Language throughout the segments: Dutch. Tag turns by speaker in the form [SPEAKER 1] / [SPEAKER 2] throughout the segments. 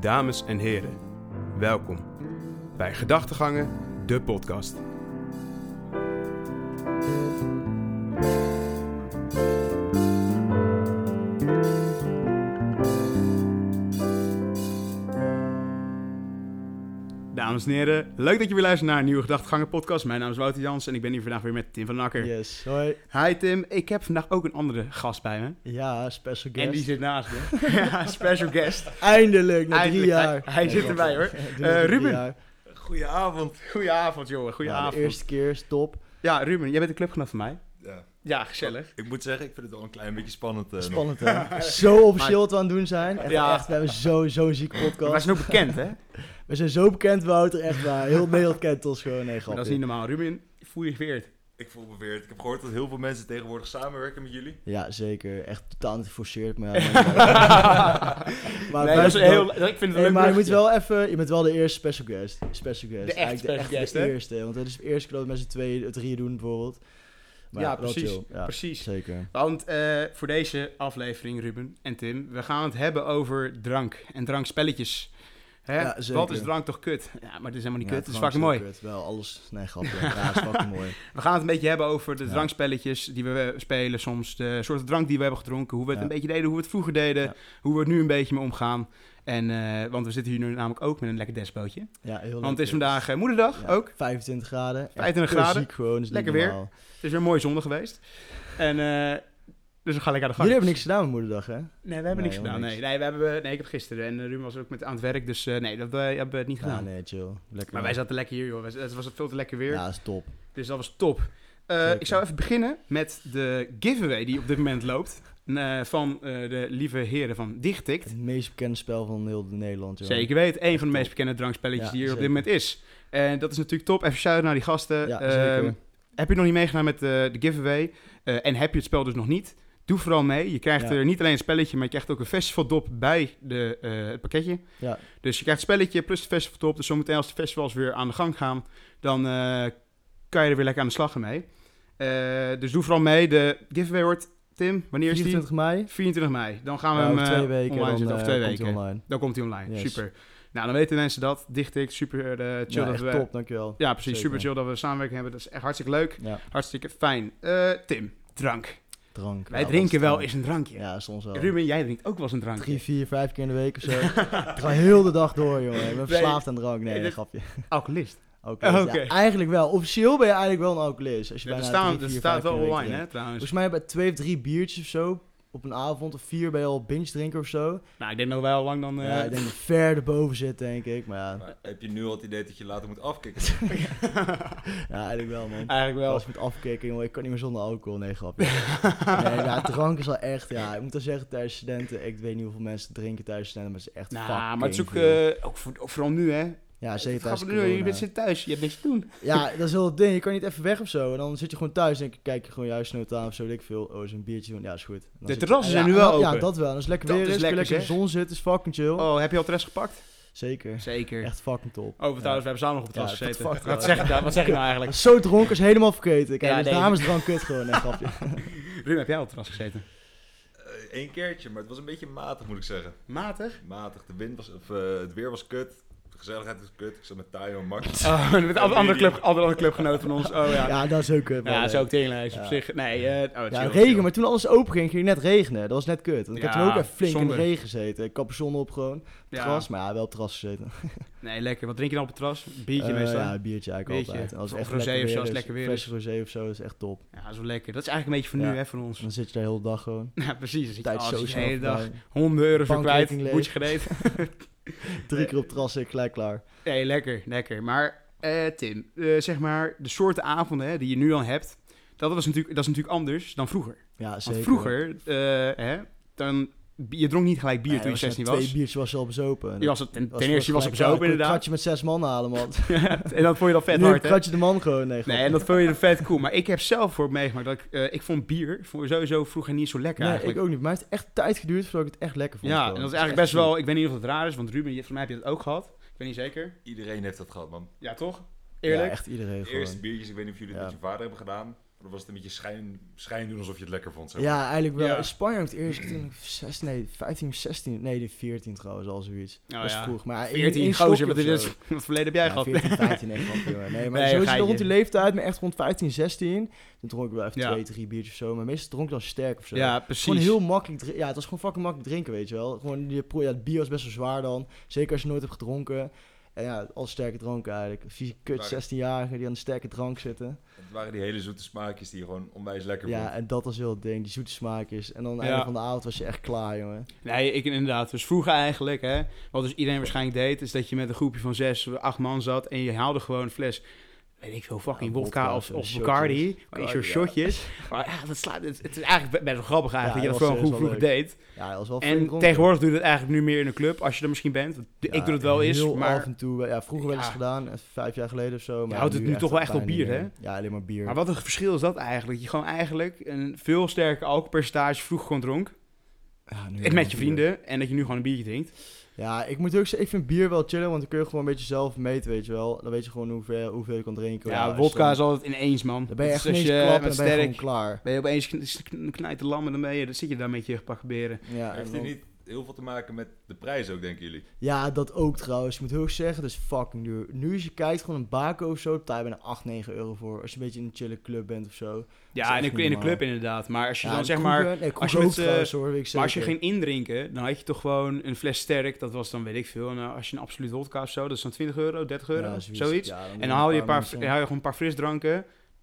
[SPEAKER 1] dames en heren. Welkom bij Gedachtegangen, de podcast. Dames en heren, leuk dat je weer luistert naar een nieuwe Gedachtegangen podcast. Mijn naam is Wouter Jans en ik ben hier vandaag weer met Tim van Akker.
[SPEAKER 2] Yes, hoi.
[SPEAKER 1] Hi Tim, ik heb vandaag ook een andere gast bij me.
[SPEAKER 2] Ja, special guest.
[SPEAKER 1] En die zit naast me. ja, special guest.
[SPEAKER 2] Eindelijk, na drie
[SPEAKER 1] Eindelijk,
[SPEAKER 2] jaar.
[SPEAKER 1] hij- hij
[SPEAKER 2] Nee,
[SPEAKER 1] zit
[SPEAKER 2] wat-
[SPEAKER 1] erbij, hoor.
[SPEAKER 2] Ja, doe
[SPEAKER 1] Eh,
[SPEAKER 2] maar drie
[SPEAKER 1] Ruben.
[SPEAKER 2] jaar.
[SPEAKER 1] Goedenavond. Goedenavond jongen,
[SPEAKER 2] Ja,
[SPEAKER 1] goedenavond. Eh,
[SPEAKER 2] de eerste keer is top.
[SPEAKER 1] Ja, Ruben, jij bent een clubgenoot van mij.
[SPEAKER 3] Ja.
[SPEAKER 1] Ja, gezellig.
[SPEAKER 3] Ik moet zeggen, ik vind het wel een klein beetje spannend. eh, nog.
[SPEAKER 2] Spannend, hè? zo officieel wat we aan het doen zijn. Echt,
[SPEAKER 1] Ja.
[SPEAKER 2] echt, we hebben zo'n zo zieke
[SPEAKER 1] Maar wij
[SPEAKER 2] podcast.
[SPEAKER 1] zijn ook bekend, hè?
[SPEAKER 2] We zijn zo bekend, Wouter. Echt waar. Heel Nederland kent ons gewoon. Nee,
[SPEAKER 1] Maar
[SPEAKER 2] grapje.
[SPEAKER 1] dat is niet normaal. Ruben, voel je geweerd.
[SPEAKER 3] Ik voel me weer. Ik heb gehoord dat heel veel mensen tegenwoordig samenwerken met jullie.
[SPEAKER 2] Ja, zeker. Echt totaal niet geforceerd, maar... ja, maar-
[SPEAKER 1] nee,
[SPEAKER 2] maar wij-
[SPEAKER 1] dat is een heel, ik vind het een
[SPEAKER 2] Hey,
[SPEAKER 1] leuk
[SPEAKER 2] maar je moet
[SPEAKER 1] bruggetje.
[SPEAKER 2] wel even, je bent wel de eerste special guest. Special guest.
[SPEAKER 1] De echt
[SPEAKER 2] Eigenlijk
[SPEAKER 1] special guest,
[SPEAKER 2] de
[SPEAKER 1] hè?
[SPEAKER 2] eerste, want het is de eerste keer dat we met z'n tweeën, drieën doen bijvoorbeeld. Maar
[SPEAKER 1] Ja,
[SPEAKER 2] wel
[SPEAKER 1] precies.
[SPEAKER 2] chill. Ja,
[SPEAKER 1] Precies.
[SPEAKER 2] Zeker.
[SPEAKER 1] Want eh, voor deze aflevering, Ruben en Tim, we gaan het hebben over drank en drankspelletjes. Hè?
[SPEAKER 2] Ja, zeker.
[SPEAKER 1] Wat is drank toch kut? Ja, maar het is helemaal niet
[SPEAKER 2] Ja,
[SPEAKER 1] kut. Het is
[SPEAKER 2] Frank
[SPEAKER 1] fucking mooi.
[SPEAKER 2] ook kut. Wel, alles... Nee, grapje. Ja, het is fucking mooi.
[SPEAKER 1] We gaan het een beetje hebben over de
[SPEAKER 2] Ja.
[SPEAKER 1] drankspelletjes die we spelen soms. De soorten drank die we hebben gedronken. Hoe we het
[SPEAKER 2] Ja.
[SPEAKER 1] een beetje deden, hoe we het vroeger deden.
[SPEAKER 2] Ja.
[SPEAKER 1] Hoe we het nu een beetje mee omgaan. En, eh, want we zitten hier nu namelijk ook met een lekker despootje.
[SPEAKER 2] Ja, heel leuk.
[SPEAKER 1] Want het is vandaag eh, moederdag
[SPEAKER 2] dus. Ja,
[SPEAKER 1] ook.
[SPEAKER 2] 25 graden. Echt
[SPEAKER 1] 25 graden.
[SPEAKER 2] ziek gewoon. is niet
[SPEAKER 1] Lekker weer.
[SPEAKER 2] normaal.
[SPEAKER 1] Het is weer een mooie zonde geweest. En, eh, dus we gaan lekker aan de gang.
[SPEAKER 2] Jullie hebben niks gedaan met moederdag, hè?
[SPEAKER 1] Nee, we hebben
[SPEAKER 2] Nee,
[SPEAKER 1] niks gedaan.
[SPEAKER 2] helemaal
[SPEAKER 1] Nee, nee, we hebben, nee, ik heb gisteren. En eh, Ruben was ook met, aan het werk. Dus eh, nee, dat eh, hebben we het niet gedaan.
[SPEAKER 2] Ah, nee, chill. Lekker.
[SPEAKER 1] Maar wij zaten lekker hier, joh. Het was veel te lekker weer.
[SPEAKER 2] Ja, is top.
[SPEAKER 1] Dus dat was top. Eh,
[SPEAKER 2] Zeker.
[SPEAKER 1] ik zou even beginnen met de giveaway die op dit moment loopt. eh, van eh, de lieve heren van Dichtikt.
[SPEAKER 2] Het meest bekende spel van heel Nederland, joh.
[SPEAKER 1] Zeker weten, een van de meest
[SPEAKER 2] Top.
[SPEAKER 1] bekende drankspelletjes
[SPEAKER 2] Ja,
[SPEAKER 1] die er op dit
[SPEAKER 2] zeker.
[SPEAKER 1] moment is. En dat is natuurlijk top. Even shout naar die gasten.
[SPEAKER 2] Ja,
[SPEAKER 1] Ehm,
[SPEAKER 2] zeker.
[SPEAKER 1] heb je nog niet meegedaan met eh, de giveaway eh, en heb je het spel dus nog niet? Doe vooral mee. Je krijgt
[SPEAKER 2] Ja.
[SPEAKER 1] er niet alleen een spelletje, maar je krijgt ook een festivaldop bij de, eh, het pakketje.
[SPEAKER 2] Ja.
[SPEAKER 1] Dus je krijgt het spelletje plus de festivaldop. Dus zometeen als de festivals weer aan de gang gaan, dan eh, kan je er weer lekker aan de slag mee. Eh, dus doe vooral mee. De giveaway wordt, Tim, wanneer is die?
[SPEAKER 2] 24 mei.
[SPEAKER 1] 24 mei. Dan gaan we
[SPEAKER 2] Ja,
[SPEAKER 1] hem
[SPEAKER 2] over
[SPEAKER 1] eh,
[SPEAKER 2] twee weken.
[SPEAKER 1] online
[SPEAKER 2] dan,
[SPEAKER 1] zetten. Of
[SPEAKER 2] eh,
[SPEAKER 1] twee
[SPEAKER 2] komt
[SPEAKER 1] weken.
[SPEAKER 2] hij online.
[SPEAKER 1] Dan komt hij online.
[SPEAKER 2] Yes.
[SPEAKER 1] Super. Nou, dan weten mensen dat. Dicht ik. Super eh chill
[SPEAKER 2] Ja,
[SPEAKER 1] dat
[SPEAKER 2] echt
[SPEAKER 1] we...
[SPEAKER 2] top, dankjewel.
[SPEAKER 1] Ja, precies.
[SPEAKER 2] Zeker.
[SPEAKER 1] Super chill dat we samenwerking hebben. Dat is echt hartstikke leuk.
[SPEAKER 2] Ja,
[SPEAKER 1] Hartstikke fijn. Eh, Tim, drank.
[SPEAKER 2] drank.
[SPEAKER 1] Wij
[SPEAKER 2] Ja,
[SPEAKER 1] drinken
[SPEAKER 2] alles
[SPEAKER 1] wel
[SPEAKER 2] drank.
[SPEAKER 1] eens een drankje.
[SPEAKER 2] Ja, soms wel.
[SPEAKER 1] Ruben, jij drinkt ook wel eens een drankje.
[SPEAKER 2] Drie, vier, vijf keer in de week of zo. Gewoon heel de dag door, jongen. Ik ben verslaafd aan drank.
[SPEAKER 1] Nee,
[SPEAKER 2] Nee,
[SPEAKER 1] dit-
[SPEAKER 2] grapje.
[SPEAKER 1] Alcoholist.
[SPEAKER 2] Alcoholist.
[SPEAKER 1] Oké.
[SPEAKER 2] Ja, eigenlijk wel. Officieel ben je eigenlijk wel een alcoholist. Als je
[SPEAKER 1] Ja, er
[SPEAKER 2] bijna
[SPEAKER 1] staan-
[SPEAKER 2] drie,
[SPEAKER 1] er
[SPEAKER 2] vier,
[SPEAKER 1] staat
[SPEAKER 2] vijf keer
[SPEAKER 1] wel
[SPEAKER 2] in de week
[SPEAKER 1] online, hè, Dus-
[SPEAKER 2] drinkt.
[SPEAKER 1] trouwens.
[SPEAKER 2] Volgens mij bij twee of drie biertjes of zo op een avond of vier ben je al binge drinker of zo.
[SPEAKER 1] Nou, ik denk dat wij al lang dan... eh,
[SPEAKER 2] Ja, ik denk dat ik ver erboven zit, denk ik. Maar ja,
[SPEAKER 3] Maar heb je nu al het idee dat je later moet afkicken?
[SPEAKER 2] ja eigenlijk wel, man.
[SPEAKER 1] Eigenlijk wel.
[SPEAKER 2] Als ik moet afkicken, jongen, ik kan niet meer zonder alcohol. Nee, grapje. nee, ja, drank is wel echt, ja. Ik moet wel zeggen, tijdens studenten, ik weet niet hoeveel mensen drinken tijdens studenten, maar het is echt
[SPEAKER 1] Nou,
[SPEAKER 2] fucking
[SPEAKER 1] maar het is ook,
[SPEAKER 2] veel.
[SPEAKER 1] eh, ook, voor- ook vooral nu, hè.
[SPEAKER 2] Ja, zeker
[SPEAKER 1] Het gaat
[SPEAKER 2] tijdens
[SPEAKER 1] nu, je
[SPEAKER 2] corona.
[SPEAKER 1] bent zit thuis, je hebt niks te doen.
[SPEAKER 2] Ja, dat is wel het ding. Je kan niet even weg of zo. En dan zit je gewoon thuis en ik kijk je gewoon juist nood aan of zo. Weet ik veel. Oh, is een biertje. doen. Ja, is goed. En dan
[SPEAKER 1] De
[SPEAKER 2] zit je-
[SPEAKER 1] terrassen zijn
[SPEAKER 2] ja,
[SPEAKER 1] nu wel
[SPEAKER 2] ja,
[SPEAKER 1] open.
[SPEAKER 2] Ja, dat wel. Dat is lekker
[SPEAKER 1] Dat
[SPEAKER 2] weer.
[SPEAKER 1] is
[SPEAKER 2] Is, kun je
[SPEAKER 1] lekker,
[SPEAKER 2] lekker in de
[SPEAKER 1] zeg.
[SPEAKER 2] zon zitten. Is fucking chill.
[SPEAKER 1] Oh, heb je al het gepakt?
[SPEAKER 2] Zeker.
[SPEAKER 1] Zeker.
[SPEAKER 2] Echt fucking top.
[SPEAKER 1] Oh, trouwens,
[SPEAKER 2] Ja.
[SPEAKER 1] we hebben samen nog op het
[SPEAKER 2] Ja,
[SPEAKER 1] terras
[SPEAKER 2] dat
[SPEAKER 1] gezeten.
[SPEAKER 2] fuckt
[SPEAKER 1] Wat
[SPEAKER 2] wel.
[SPEAKER 1] zeg, ik nou, wat zeg ik nou eigenlijk?
[SPEAKER 2] Zo dronken is helemaal vergeten. Kijk,
[SPEAKER 1] Ja,
[SPEAKER 2] dus
[SPEAKER 1] nee.
[SPEAKER 2] dames drank kut gewoon. Nee, grapje.
[SPEAKER 1] Ruben, heb jij al op het terras gezeten?
[SPEAKER 3] Eén Eh, keertje, maar het was een beetje matig, moet ik zeggen.
[SPEAKER 1] Matig?
[SPEAKER 3] Matig. De wind was, of, eh, het weer was kut. De gezelligheid was kut. Ik zat met Tayo en Max.
[SPEAKER 2] Ah.
[SPEAKER 1] Oh, met een andere, club, andere clubgenoot van ons. Oh ja.
[SPEAKER 2] Ja, dat is ook kut. man.
[SPEAKER 1] Ja, dat is ook tegenlijks op
[SPEAKER 2] Ja.
[SPEAKER 1] zich. Nee, eh, oh,
[SPEAKER 2] Ja,
[SPEAKER 1] chill,
[SPEAKER 2] regen.
[SPEAKER 1] chill.
[SPEAKER 2] Maar toen alles open ging, ging het net regenen. Dat was net kut. Want ik heb
[SPEAKER 1] Ja,
[SPEAKER 2] toen ook even flink
[SPEAKER 1] zonde.
[SPEAKER 2] in de regen gezeten. Capuchon op gewoon.
[SPEAKER 1] Ja.
[SPEAKER 2] Terras. Maar ja, wel op terras gezeten.
[SPEAKER 1] Nee, lekker. Wat drink je dan op het terras? Biertje
[SPEAKER 2] Eh,
[SPEAKER 1] meestal.
[SPEAKER 2] Ja, biertje eigenlijk
[SPEAKER 1] Biertje.
[SPEAKER 2] altijd. En Als het
[SPEAKER 1] Of
[SPEAKER 2] echt
[SPEAKER 1] rosé
[SPEAKER 2] lekker
[SPEAKER 1] of zo,
[SPEAKER 2] weer
[SPEAKER 1] als
[SPEAKER 2] is,
[SPEAKER 1] het lekker weer dus.
[SPEAKER 2] Fles rosé of zo is echt top.
[SPEAKER 1] Ja, dat is wel lekker. Dat is eigenlijk een beetje voor
[SPEAKER 2] Ja.
[SPEAKER 1] nu, hè, van ons.
[SPEAKER 2] Dan zit je de hele dag gewoon.
[SPEAKER 1] Ja, precies. Dan zit je
[SPEAKER 2] Tijd
[SPEAKER 1] als
[SPEAKER 2] zo
[SPEAKER 1] je de
[SPEAKER 2] snel
[SPEAKER 1] hele dag
[SPEAKER 2] voorbij.
[SPEAKER 1] 100 euro voor kwijt.
[SPEAKER 2] Bankrekening leeg.
[SPEAKER 1] Moet je gereed.
[SPEAKER 2] Drie keer op het terras zit ik gelijk klaar.
[SPEAKER 1] Nee, lekker, lekker. Maar eh, Tim, eh, zeg maar, de soorten avonden hè, die je nu dan hebt, dat, was natuurlijk, dat is natuurlijk anders dan vroeger.
[SPEAKER 2] Ja,
[SPEAKER 1] Want
[SPEAKER 2] zeker.
[SPEAKER 1] vroeger, eh, hè, dan, je dronk niet gelijk bier
[SPEAKER 2] Nee,
[SPEAKER 1] toen je
[SPEAKER 2] was
[SPEAKER 1] 16
[SPEAKER 2] na
[SPEAKER 1] was.
[SPEAKER 2] Twee biertjes was je al bezopen.
[SPEAKER 1] Je was het, ten,
[SPEAKER 2] Dat
[SPEAKER 1] ten eerste, je was op
[SPEAKER 2] gelijk
[SPEAKER 1] zo
[SPEAKER 2] klaar.
[SPEAKER 1] op inderdaad.
[SPEAKER 2] Ik kon een kratje met zes man halen, man.
[SPEAKER 1] en dan vond je dat vet
[SPEAKER 2] nu
[SPEAKER 1] hard, hè?
[SPEAKER 2] kratje de man gewoon. Nee,
[SPEAKER 1] Nee,
[SPEAKER 2] grapje.
[SPEAKER 1] en dat vond je vet cool. Maar ik heb zelf voor meegemaakt dat ik, eh, ik vond bier voor sowieso vroeger niet zo lekker
[SPEAKER 2] Nee,
[SPEAKER 1] eigenlijk.
[SPEAKER 2] ik ook niet. Maar het heeft echt tijd geduurd voordat ik het echt lekker vond.
[SPEAKER 1] ja,
[SPEAKER 2] gewoon.
[SPEAKER 1] en dat is
[SPEAKER 2] Het
[SPEAKER 1] eigenlijk best
[SPEAKER 2] echt
[SPEAKER 1] wel, ik weet niet of het raar is, want Ruben, je- voor mij heb je dat ook gehad. Ik weet niet zeker.
[SPEAKER 3] Iedereen heeft dat gehad, man.
[SPEAKER 1] Ja, toch?
[SPEAKER 2] chill.
[SPEAKER 1] Eerlijk?
[SPEAKER 2] Ja, echt iedereen
[SPEAKER 3] De
[SPEAKER 2] gewoon.
[SPEAKER 3] eerste biertjes, ik weet niet of jullie het
[SPEAKER 2] Ja.
[SPEAKER 3] met je vader hebben gedaan. Dan was het een beetje schijn, schijn doen alsof je het lekker vond. Zeg maar.
[SPEAKER 2] Ja, eigenlijk wel.
[SPEAKER 1] Ja.
[SPEAKER 2] Spanje het eerst toen ik 6, nee, 15, 16, nee, de 14 trouwens, al zoiets.
[SPEAKER 1] Nou
[SPEAKER 2] dat is
[SPEAKER 1] ja.
[SPEAKER 2] vroeg. Maar in-
[SPEAKER 1] 14
[SPEAKER 2] in
[SPEAKER 1] gozer,
[SPEAKER 2] Skopje
[SPEAKER 1] wat,
[SPEAKER 2] of
[SPEAKER 1] dit is,
[SPEAKER 2] zo.
[SPEAKER 1] wat verleden heb jij
[SPEAKER 2] Ja,
[SPEAKER 1] gehad?
[SPEAKER 2] 14, 15, nee, grapje, hoor. Nee, maar
[SPEAKER 1] Nee,
[SPEAKER 2] sowieso
[SPEAKER 1] geitje.
[SPEAKER 2] rond die leeftijd, maar echt rond 15, 16. Toen dronk ik wel even
[SPEAKER 1] Ja.
[SPEAKER 2] twee, drie biertjes of zo. Maar meestal dronk ik dan sterk of zo.
[SPEAKER 1] ja, precies.
[SPEAKER 2] Gewoon heel makkelijk drinken. Ja, het was gewoon fucking makkelijk drinken, weet je wel. Gewoon, je, pro- ja, het bier was best wel zwaar dan. Zeker als je nooit hebt gedronken. En ja, al sterke dronken eigenlijk. Vieze kut
[SPEAKER 3] Maar-
[SPEAKER 2] 16-jarigen die aan de sterke drank zitten.
[SPEAKER 3] Het waren die hele zoete smaakjes die je gewoon onwijs lekker
[SPEAKER 2] Ja,
[SPEAKER 3] vond.
[SPEAKER 2] en dat was heel het ding. Die zoete smaakjes. En dan aan het
[SPEAKER 1] Ja.
[SPEAKER 2] einde van de avond was je echt klaar, jongen.
[SPEAKER 1] Nee, ik inderdaad. Dus vroeger eigenlijk, hè, wat dus iedereen waarschijnlijk deed, is dat je met een groepje van zes, acht man zat en je haalde gewoon een fles, weet ik veel, fucking
[SPEAKER 2] Ja,
[SPEAKER 1] wodka
[SPEAKER 2] wodka
[SPEAKER 1] of,
[SPEAKER 2] of
[SPEAKER 1] of
[SPEAKER 2] shotjes.
[SPEAKER 1] Bacardi, maar een soort
[SPEAKER 2] Ja.
[SPEAKER 1] shotjes. Maar ja, dat slaat, het, het is eigenlijk best wel grappig eigenlijk
[SPEAKER 2] Ja,
[SPEAKER 1] dat je
[SPEAKER 2] dat
[SPEAKER 1] dat gewoon
[SPEAKER 2] was-
[SPEAKER 1] goed
[SPEAKER 2] was wel
[SPEAKER 1] vroeger deed.
[SPEAKER 2] Ja, dat was wel flink
[SPEAKER 1] En
[SPEAKER 2] dronken.
[SPEAKER 1] tegenwoordig doe je dat eigenlijk nu meer in een club, als je er misschien bent. Want
[SPEAKER 2] Ja,
[SPEAKER 1] ik doe het wel eens,
[SPEAKER 2] heel
[SPEAKER 1] maar...
[SPEAKER 2] af en toe. Ja, vroeger wel eens
[SPEAKER 1] Ja.
[SPEAKER 2] gedaan. eh, Vijf jaar geleden of zo. Maar
[SPEAKER 1] houdt het nu toch wel echt op
[SPEAKER 2] bijna
[SPEAKER 1] bier,
[SPEAKER 2] niet meer.
[SPEAKER 1] hè?
[SPEAKER 2] Ja, alleen maar bier.
[SPEAKER 1] Maar wat een verschil is dat eigenlijk? Dat je gewoon eigenlijk een veel sterker alcoholpercentage vroeg gewoon dronk.
[SPEAKER 2] Ja, nu
[SPEAKER 1] en
[SPEAKER 2] alleen maar
[SPEAKER 1] Met je
[SPEAKER 2] bier.
[SPEAKER 1] vrienden. En dat je nu gewoon een biertje drinkt.
[SPEAKER 2] Ja, ik moet ook zeggen, ik vind bier wel chillen, want dan kun je gewoon een beetje zelf meten, weet je wel. Dan weet je gewoon hoeveel, hoeveel je kan drinken.
[SPEAKER 1] Ja,
[SPEAKER 2] als je
[SPEAKER 1] wodka
[SPEAKER 2] dan-
[SPEAKER 1] is altijd ineens, man.
[SPEAKER 2] Dan ben je
[SPEAKER 1] Dat is
[SPEAKER 2] echt
[SPEAKER 1] als
[SPEAKER 2] ineens
[SPEAKER 1] je
[SPEAKER 2] klap en
[SPEAKER 1] met
[SPEAKER 2] dan ben je gewoon
[SPEAKER 1] sterk-
[SPEAKER 2] klaar.
[SPEAKER 1] Ben je opeens kn- knijt de lam en dan ben je, dan zit je daar met je gepakken beren.
[SPEAKER 2] Ja, en
[SPEAKER 3] Heeft
[SPEAKER 2] dan-
[SPEAKER 3] dit niet heel veel te maken met de prijs ook, denken jullie?
[SPEAKER 2] ja, dat ook trouwens. Ik moet heel erg zeggen, dat is fucking duur. Nu als je kijkt, gewoon een bako of zo, daar betaal je bijna 8, 9 euro voor. Als je een beetje in een chille club bent of zo.
[SPEAKER 1] Ja, in de,
[SPEAKER 2] echt niet
[SPEAKER 1] in de
[SPEAKER 2] normaal.
[SPEAKER 1] club inderdaad. Maar als je
[SPEAKER 2] Ja,
[SPEAKER 1] dan
[SPEAKER 2] en
[SPEAKER 1] zeg
[SPEAKER 2] kroegen-
[SPEAKER 1] maar... als je
[SPEAKER 2] nee, kroegen ook
[SPEAKER 1] met z'n-
[SPEAKER 2] trouwens, hoor, weet ik
[SPEAKER 1] Maar als je
[SPEAKER 2] zeker.
[SPEAKER 1] ging indrinken, dan had je toch gewoon een fles sterk. Dat was dan, weet ik veel, nou, als je een absoluut wodka of zo, dat is dan 20 euro, 30 euro,
[SPEAKER 2] Ja,
[SPEAKER 1] zoiets.
[SPEAKER 2] Ja,
[SPEAKER 1] En dan haal je, een paar,
[SPEAKER 2] mensen.
[SPEAKER 1] haal je gewoon een paar frisdranken.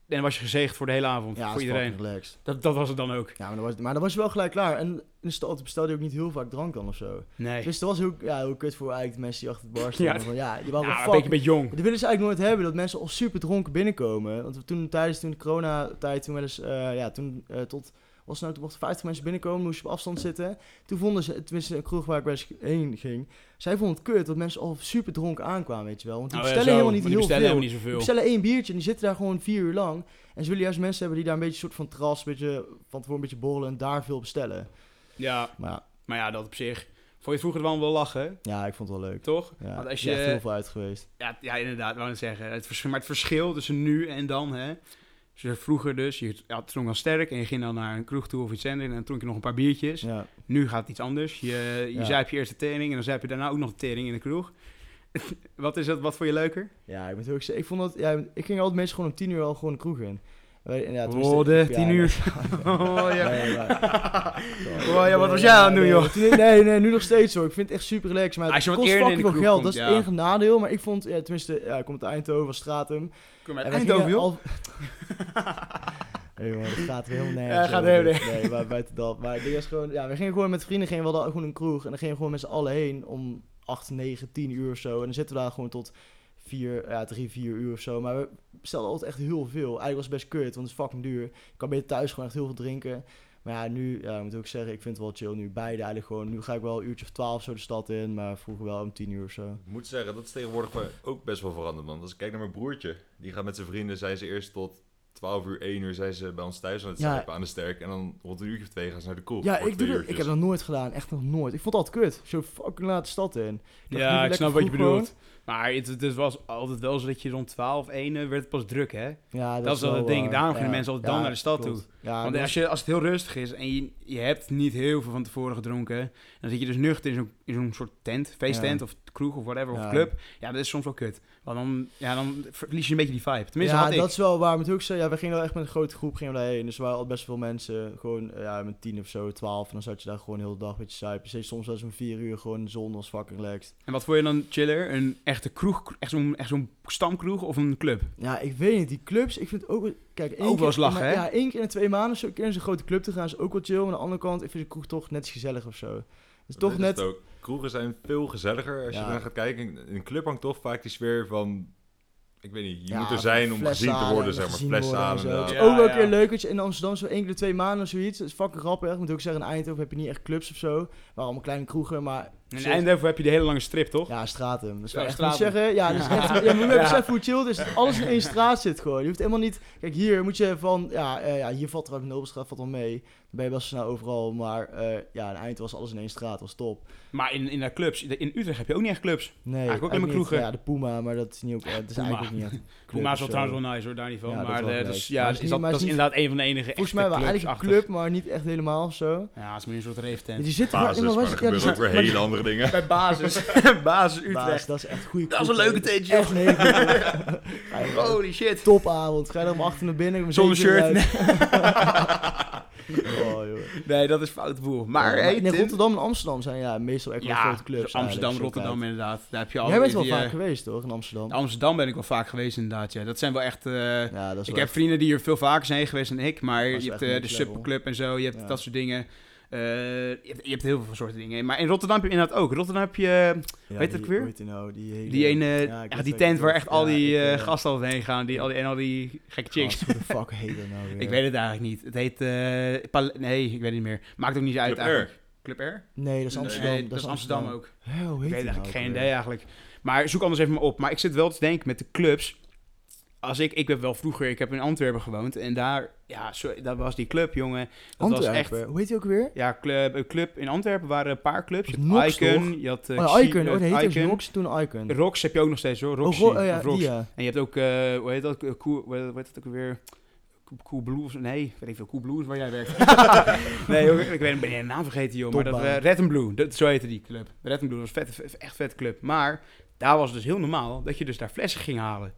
[SPEAKER 1] En dan was je gezegend voor de hele avond,
[SPEAKER 2] Ja,
[SPEAKER 1] voor
[SPEAKER 2] is
[SPEAKER 1] iedereen.
[SPEAKER 2] fucking relaxed.
[SPEAKER 1] Dat, dat was het dan ook.
[SPEAKER 2] Ja, maar dan was, maar dan was je wel gelijk klaar. En in de stad bestelde je ook niet heel vaak drank dan of zo.
[SPEAKER 1] Nee.
[SPEAKER 2] Dus dat was heel, ja, heel kut voor eigenlijk de mensen die achter het bar stonden.
[SPEAKER 1] Ja,
[SPEAKER 2] van, ja je
[SPEAKER 1] Ja,
[SPEAKER 2] wou wel
[SPEAKER 1] maar
[SPEAKER 2] fuck.
[SPEAKER 1] ben je een beetje jong.
[SPEAKER 2] Dat willen ze eigenlijk nooit hebben, dat mensen al super dronken binnenkomen. Want we toen tijdens toen de coronatijd, toen wel eens, eh, ja, toen eh, tot, was het nou, toen mochten 50 mensen binnenkomen, moest je op afstand zitten. Toen vonden ze, tenminste een kroeg waar ik best heen ging, zij vonden het kut dat mensen al super dronken aankwamen, weet je wel. Want die
[SPEAKER 1] Nou, ja,
[SPEAKER 2] bestellen
[SPEAKER 1] zo,
[SPEAKER 2] helemaal niet
[SPEAKER 1] want
[SPEAKER 2] heel
[SPEAKER 1] die bestellen
[SPEAKER 2] veel.
[SPEAKER 1] helemaal niet
[SPEAKER 2] Die
[SPEAKER 1] zoveel.
[SPEAKER 2] bestellen één biertje en die zitten daar gewoon vier uur lang. En ze willen juist mensen hebben die daar een beetje soort van terras, een beetje, van tevoren een beetje borrelen en daar veel bestellen.
[SPEAKER 1] Ja,
[SPEAKER 2] Maar ja,
[SPEAKER 1] maar ja, dat op zich. Vond je vroeger wel wel lachen,
[SPEAKER 2] ja, ik vond het wel leuk.
[SPEAKER 1] toch?
[SPEAKER 2] Ja,
[SPEAKER 1] Want als
[SPEAKER 2] er is echt
[SPEAKER 1] je-
[SPEAKER 2] heel veel uit geweest.
[SPEAKER 1] Ja, ja inderdaad, wou ik zeggen. Het verschil, maar het verschil tussen nu en dan, hè. Dus vroeger dus, je ja, dronk al sterk en je ging dan naar een kroeg toe of iets anders en dan dronk je nog een paar biertjes.
[SPEAKER 2] Ja.
[SPEAKER 1] Nu gaat het iets anders. Je, je
[SPEAKER 2] Ja.
[SPEAKER 1] zuip je eerst de tering en dan zuip je daarna ook nog de tering in de kroeg. wat is dat, wat vond je leuker?
[SPEAKER 2] Ja, ik moet ook zeggen, ik vond dat, ja, ik ging altijd meestal gewoon om tien uur al gewoon de kroeg in. Wij- en Ja, tenminste,
[SPEAKER 1] Oh, de
[SPEAKER 2] ja,
[SPEAKER 1] tien
[SPEAKER 2] nee.
[SPEAKER 1] uur. Oh, ja.
[SPEAKER 2] Nee, maar-
[SPEAKER 1] Oh, ja, wat was jij aan het doen,
[SPEAKER 2] Nee,
[SPEAKER 1] joh?
[SPEAKER 2] toen- Nee, nee, nu nog steeds hoor. Ik vind het echt super relaxed. Maar
[SPEAKER 1] Als
[SPEAKER 2] het
[SPEAKER 1] je wat
[SPEAKER 2] kost
[SPEAKER 1] eerder in
[SPEAKER 2] fucking
[SPEAKER 1] de
[SPEAKER 2] veel
[SPEAKER 1] kroeg
[SPEAKER 2] geld. Dat is
[SPEAKER 1] komt,
[SPEAKER 2] het
[SPEAKER 1] ja.
[SPEAKER 2] enige nadeel. Maar ik vond, ja, tenminste, ja, ik kom uit Eindhoven, was Stratum.
[SPEAKER 1] Kom maar,
[SPEAKER 2] En wij
[SPEAKER 1] Eindhoven,
[SPEAKER 2] gingen
[SPEAKER 1] joh.
[SPEAKER 2] al- Nee jongen, dat gaat weer heel nergens.
[SPEAKER 1] Ja, gaat
[SPEAKER 2] over.
[SPEAKER 1] heel
[SPEAKER 2] Nee, maar buiten dat. Maar het ding is gewoon, ja, we gingen gewoon met vrienden, gingen we hadden gewoon een kroeg. En dan gingen we gewoon met z'n allen heen om 8, 9, 10 uur of zo. En dan zitten we daar gewoon tot 4, ja, 3, 4 uur of zo. Maar we bestelden altijd echt heel veel. Eigenlijk was het best kut, want het is fucking duur. Ik kan beter thuis gewoon echt heel veel drinken. Maar ja, nu, ja, moet ik ook zeggen, ik vind het wel chill nu. Beide eigenlijk gewoon. Nu ga ik wel een uurtje of 12 zo de stad in, maar vroeger wel om 10 uur of zo.
[SPEAKER 3] Ik moet zeggen, dat is tegenwoordig wel- ook best wel veranderd, man. Als ik kijk naar mijn broertje, die gaat met zijn vrienden, zijn ze eerst tot 12 uur, 1 uur zijn ze bij ons thuis aan het
[SPEAKER 2] Ja.
[SPEAKER 3] zuipen aan de sterk. En dan rond een uurtje of twee gaan ze naar de kroeg.
[SPEAKER 2] Ja,
[SPEAKER 3] voor
[SPEAKER 2] ik,
[SPEAKER 3] twee
[SPEAKER 2] doe dat, ik
[SPEAKER 3] uurtjes.
[SPEAKER 2] heb dat nooit gedaan. Echt nog nooit. Ik vond dat kut. Zo fucking laat de stad in. dacht, liever
[SPEAKER 1] Ja, ik
[SPEAKER 2] lekker
[SPEAKER 1] snap wat je
[SPEAKER 2] vroeg gewoon.
[SPEAKER 1] bedoelt. Maar het, het was altijd wel zo dat je rond 12, 1 werd het pas druk, hè?
[SPEAKER 2] Ja, dat,
[SPEAKER 1] Dat is wel het ding.
[SPEAKER 2] waar.
[SPEAKER 1] Daarom gingen mensen altijd dan naar de stad
[SPEAKER 2] klopt.
[SPEAKER 1] toe.
[SPEAKER 2] Ja,
[SPEAKER 1] Want
[SPEAKER 2] dat
[SPEAKER 1] als, je, als het heel rustig is en je, je hebt niet heel veel van tevoren gedronken, dan zit je dus nuchter in zo'n in zo'n soort tent, feesttent of kroeg of whatever,
[SPEAKER 2] Ja.
[SPEAKER 1] of club. Ja, dat is soms wel kut. Want dan, ja, dan verlies je een beetje die vibe. Tenminste,
[SPEAKER 2] ja,
[SPEAKER 1] had ik.
[SPEAKER 2] dat is wel waar. Moet ik ook zeggen, ja, we gingen wel echt met een grote groep gingen we daarheen. Dus er waren al best veel mensen. Gewoon eh, ja, met tien of zo, twaalf. En dan zat je daar gewoon heel de dag een beetje zuipen. Steeds soms wel zo'n vier uur gewoon de zon was fucking relaxed.
[SPEAKER 1] En wat vond je dan chiller? Een echte kroeg, echt zo'n echt zo'n stamkroeg of een club?
[SPEAKER 2] Ja, ik weet niet. Die clubs, ik vind het ook... wel- Kijk, één
[SPEAKER 1] Ook wel
[SPEAKER 2] keer-
[SPEAKER 1] eens lachen,
[SPEAKER 2] maar-
[SPEAKER 1] hè?
[SPEAKER 2] Ja, één keer in de twee maanden of zo een keer in zo'n grote club te gaan is ook wel chill. Maar aan de andere kant, ik vind de kroeg toch net iets gezellig of zo. Dus
[SPEAKER 3] Dat
[SPEAKER 2] toch
[SPEAKER 3] is
[SPEAKER 2] net...
[SPEAKER 3] het ook. Kroegen zijn veel gezelliger als
[SPEAKER 2] Ja.
[SPEAKER 3] je dan gaat kijken. In een club hangt toch vaak die sfeer van... Ik weet niet, je
[SPEAKER 2] Ja,
[SPEAKER 3] moet er zijn om gezien te
[SPEAKER 2] fleszalen
[SPEAKER 3] worden,
[SPEAKER 2] en
[SPEAKER 3] zeg maar.
[SPEAKER 2] gezien worden en
[SPEAKER 3] Fleszalen,
[SPEAKER 2] zo.
[SPEAKER 3] inderdaad.
[SPEAKER 2] Het is
[SPEAKER 1] Ja,
[SPEAKER 2] ook wel een
[SPEAKER 1] ja.
[SPEAKER 2] keer leuk dat je in Amsterdam zo één keer de twee maanden of zoiets. Dat is fucking grappig. Ik moet ook zeggen, in Eindhoven heb je niet echt clubs of zo. Maar allemaal kleine kroegen. Maar
[SPEAKER 1] In
[SPEAKER 2] zich-
[SPEAKER 1] Eindhoven heb je die hele lange strip, toch?
[SPEAKER 2] Ja, Stratum. Dat is
[SPEAKER 4] Ja,
[SPEAKER 2] wel echt moet
[SPEAKER 4] Stratum.
[SPEAKER 2] zeggen. Ja, dus
[SPEAKER 1] Ja.
[SPEAKER 2] echt, ja, moet je
[SPEAKER 1] Ja.
[SPEAKER 2] even beseffen hoe chill het is. dat Alles in één straat zit gewoon. Je hoeft helemaal niet... Kijk, hier moet je van... Ja, eh, ja hier valt er ook een Nobelstraat valt wel mee. Dan ben je best snel nou overal. Maar eh, ja, in Eind was alles in één straat. was top.
[SPEAKER 1] Maar in, in de clubs, in Utrecht heb je ook niet echt clubs.
[SPEAKER 2] Nee,
[SPEAKER 1] Eigenlijk ook helemaal
[SPEAKER 2] niet.
[SPEAKER 1] kroegen.
[SPEAKER 2] Ja, de Puma, maar dat is, niet ook, eh, dat is
[SPEAKER 1] Puma.
[SPEAKER 2] eigenlijk ook niet echt een club
[SPEAKER 1] Puma is wel
[SPEAKER 2] of zo.
[SPEAKER 1] trouwens wel nice hoor, daar niet van.
[SPEAKER 2] eh, Ja, dat
[SPEAKER 1] maar
[SPEAKER 2] is wel
[SPEAKER 1] eh,
[SPEAKER 2] leuk.
[SPEAKER 1] dat is, ja, dat
[SPEAKER 2] Maar het is
[SPEAKER 1] is,
[SPEAKER 2] niet-
[SPEAKER 1] dat,
[SPEAKER 2] maar
[SPEAKER 1] dat
[SPEAKER 2] het
[SPEAKER 1] is
[SPEAKER 2] is
[SPEAKER 1] inderdaad een van de enige echte
[SPEAKER 2] Volgens mij wel eigenlijk een
[SPEAKER 1] clubs-achtig.
[SPEAKER 2] club, maar niet echt helemaal of zo.
[SPEAKER 1] Ja, het is meer een soort rave
[SPEAKER 2] Die
[SPEAKER 1] tent.
[SPEAKER 2] zitten
[SPEAKER 3] Basis,
[SPEAKER 2] maar
[SPEAKER 3] maar
[SPEAKER 2] waar-
[SPEAKER 3] er
[SPEAKER 2] ja, die
[SPEAKER 3] gebeuren ook weer
[SPEAKER 2] maar die-
[SPEAKER 3] hele andere dingen.
[SPEAKER 1] Bij basis. basis
[SPEAKER 2] Baas,
[SPEAKER 1] Utrecht.
[SPEAKER 2] dat is echt goede
[SPEAKER 1] Dat is een leuke tentje,
[SPEAKER 2] Echt een hele goeie- Ja, ja.
[SPEAKER 1] Holy shit.
[SPEAKER 2] Topavond, ga je dan om achter naar binnen. om
[SPEAKER 1] Zonder
[SPEAKER 2] zeven uur
[SPEAKER 1] shirt.
[SPEAKER 2] uit. Oh, joh.
[SPEAKER 1] Nee, dat is fout boel. Maar
[SPEAKER 2] Ja,
[SPEAKER 1] hey,
[SPEAKER 2] in
[SPEAKER 1] Tim.
[SPEAKER 2] Rotterdam en Amsterdam zijn ja, meestal echt wel
[SPEAKER 1] Ja, dus
[SPEAKER 2] grote clubs. eigenlijk,
[SPEAKER 1] Amsterdam,
[SPEAKER 2] zo'n
[SPEAKER 1] Rotterdam
[SPEAKER 2] tijd.
[SPEAKER 1] inderdaad. Daar heb je al
[SPEAKER 2] Jij bent
[SPEAKER 1] die,
[SPEAKER 2] wel
[SPEAKER 1] eh, Nou,
[SPEAKER 2] vaak geweest, toch, in Amsterdam?
[SPEAKER 1] Amsterdam ben ik wel vaak geweest inderdaad, ja. Dat zijn wel echt... eh,
[SPEAKER 2] Ja, dat is
[SPEAKER 1] ik
[SPEAKER 2] wel
[SPEAKER 1] heb vrienden die er veel vaker zijn geweest dan ik, maar
[SPEAKER 2] Dat is
[SPEAKER 1] je
[SPEAKER 2] echt
[SPEAKER 1] hebt eh, de
[SPEAKER 2] next level.
[SPEAKER 1] Superclub en zo, je hebt
[SPEAKER 2] Ja.
[SPEAKER 1] dat soort dingen. Eh, je, hebt, je hebt heel veel soorten dingen. Maar in Rotterdam heb je inderdaad ook. Rotterdam heb je weet
[SPEAKER 2] Ja,
[SPEAKER 1] het
[SPEAKER 2] die-
[SPEAKER 1] ook weer?
[SPEAKER 2] hoe heet die nou? Die, hele-
[SPEAKER 1] die ene,
[SPEAKER 2] Ja, ik
[SPEAKER 1] ja,
[SPEAKER 2] weet
[SPEAKER 1] die
[SPEAKER 2] het ook
[SPEAKER 1] tent
[SPEAKER 2] niet.
[SPEAKER 1] waar echt al
[SPEAKER 2] Ja,
[SPEAKER 1] die
[SPEAKER 2] ik,
[SPEAKER 1] eh,
[SPEAKER 2] eh,
[SPEAKER 1] gasten altijd heen gaan die, al die, en al die gekke chicks.
[SPEAKER 2] gast, Hoe de fuck heet dat nou weer?
[SPEAKER 1] Ik weet het eigenlijk niet. Het heet... eh, Pal- nee, ik weet het niet meer. Maakt ook niet uit
[SPEAKER 3] Club
[SPEAKER 1] eigenlijk. Club R?
[SPEAKER 2] Nee, dat is Amsterdam.
[SPEAKER 1] Nee, dat is Amsterdam ook.
[SPEAKER 2] Hè, hoe heet
[SPEAKER 1] Ik weet
[SPEAKER 2] die nou
[SPEAKER 1] eigenlijk geen
[SPEAKER 2] ook weer?
[SPEAKER 1] idee eigenlijk. Maar zoek anders even maar op. Maar ik zit wel te denken met de clubs. Als ik, ik heb wel vroeger, ik heb in Antwerpen gewoond. En daar, ja, zo, dat was die club, jongen. Dat was echt...
[SPEAKER 2] Antwerpen, hoe heet die ook weer?
[SPEAKER 1] Ja, club, een club in Antwerpen waren een paar clubs. Je had
[SPEAKER 2] Nox,
[SPEAKER 1] Icon, je had eh,
[SPEAKER 2] Oh, ja,
[SPEAKER 1] Xi-
[SPEAKER 2] Icon.
[SPEAKER 1] eh,
[SPEAKER 2] Oh, dat heet dus
[SPEAKER 1] Icon.
[SPEAKER 2] Nox, toen Icon.
[SPEAKER 1] Rox heb je ook nog steeds hoor,
[SPEAKER 2] Oh,
[SPEAKER 1] Roxy
[SPEAKER 2] Ro- oh, ja,
[SPEAKER 1] of
[SPEAKER 2] die
[SPEAKER 1] Rox.
[SPEAKER 2] ja.
[SPEAKER 1] En je hebt ook, eh, hoe heet dat, Eh, cool, hoe heet hoe heet dat ook weer? Cool- Cool Blues, nee, weet ik veel, Cool Blues waar jij werkt. nee, joh, ik weet ben je de naam vergeten joh, maar dat,
[SPEAKER 2] Topbaan.
[SPEAKER 1] eh, Red and Blue, dat, zo heette die club. Red and Blue was vet, vet- echt vet club, maar daar was het dus heel normaal dat je dus daar flessen ging halen.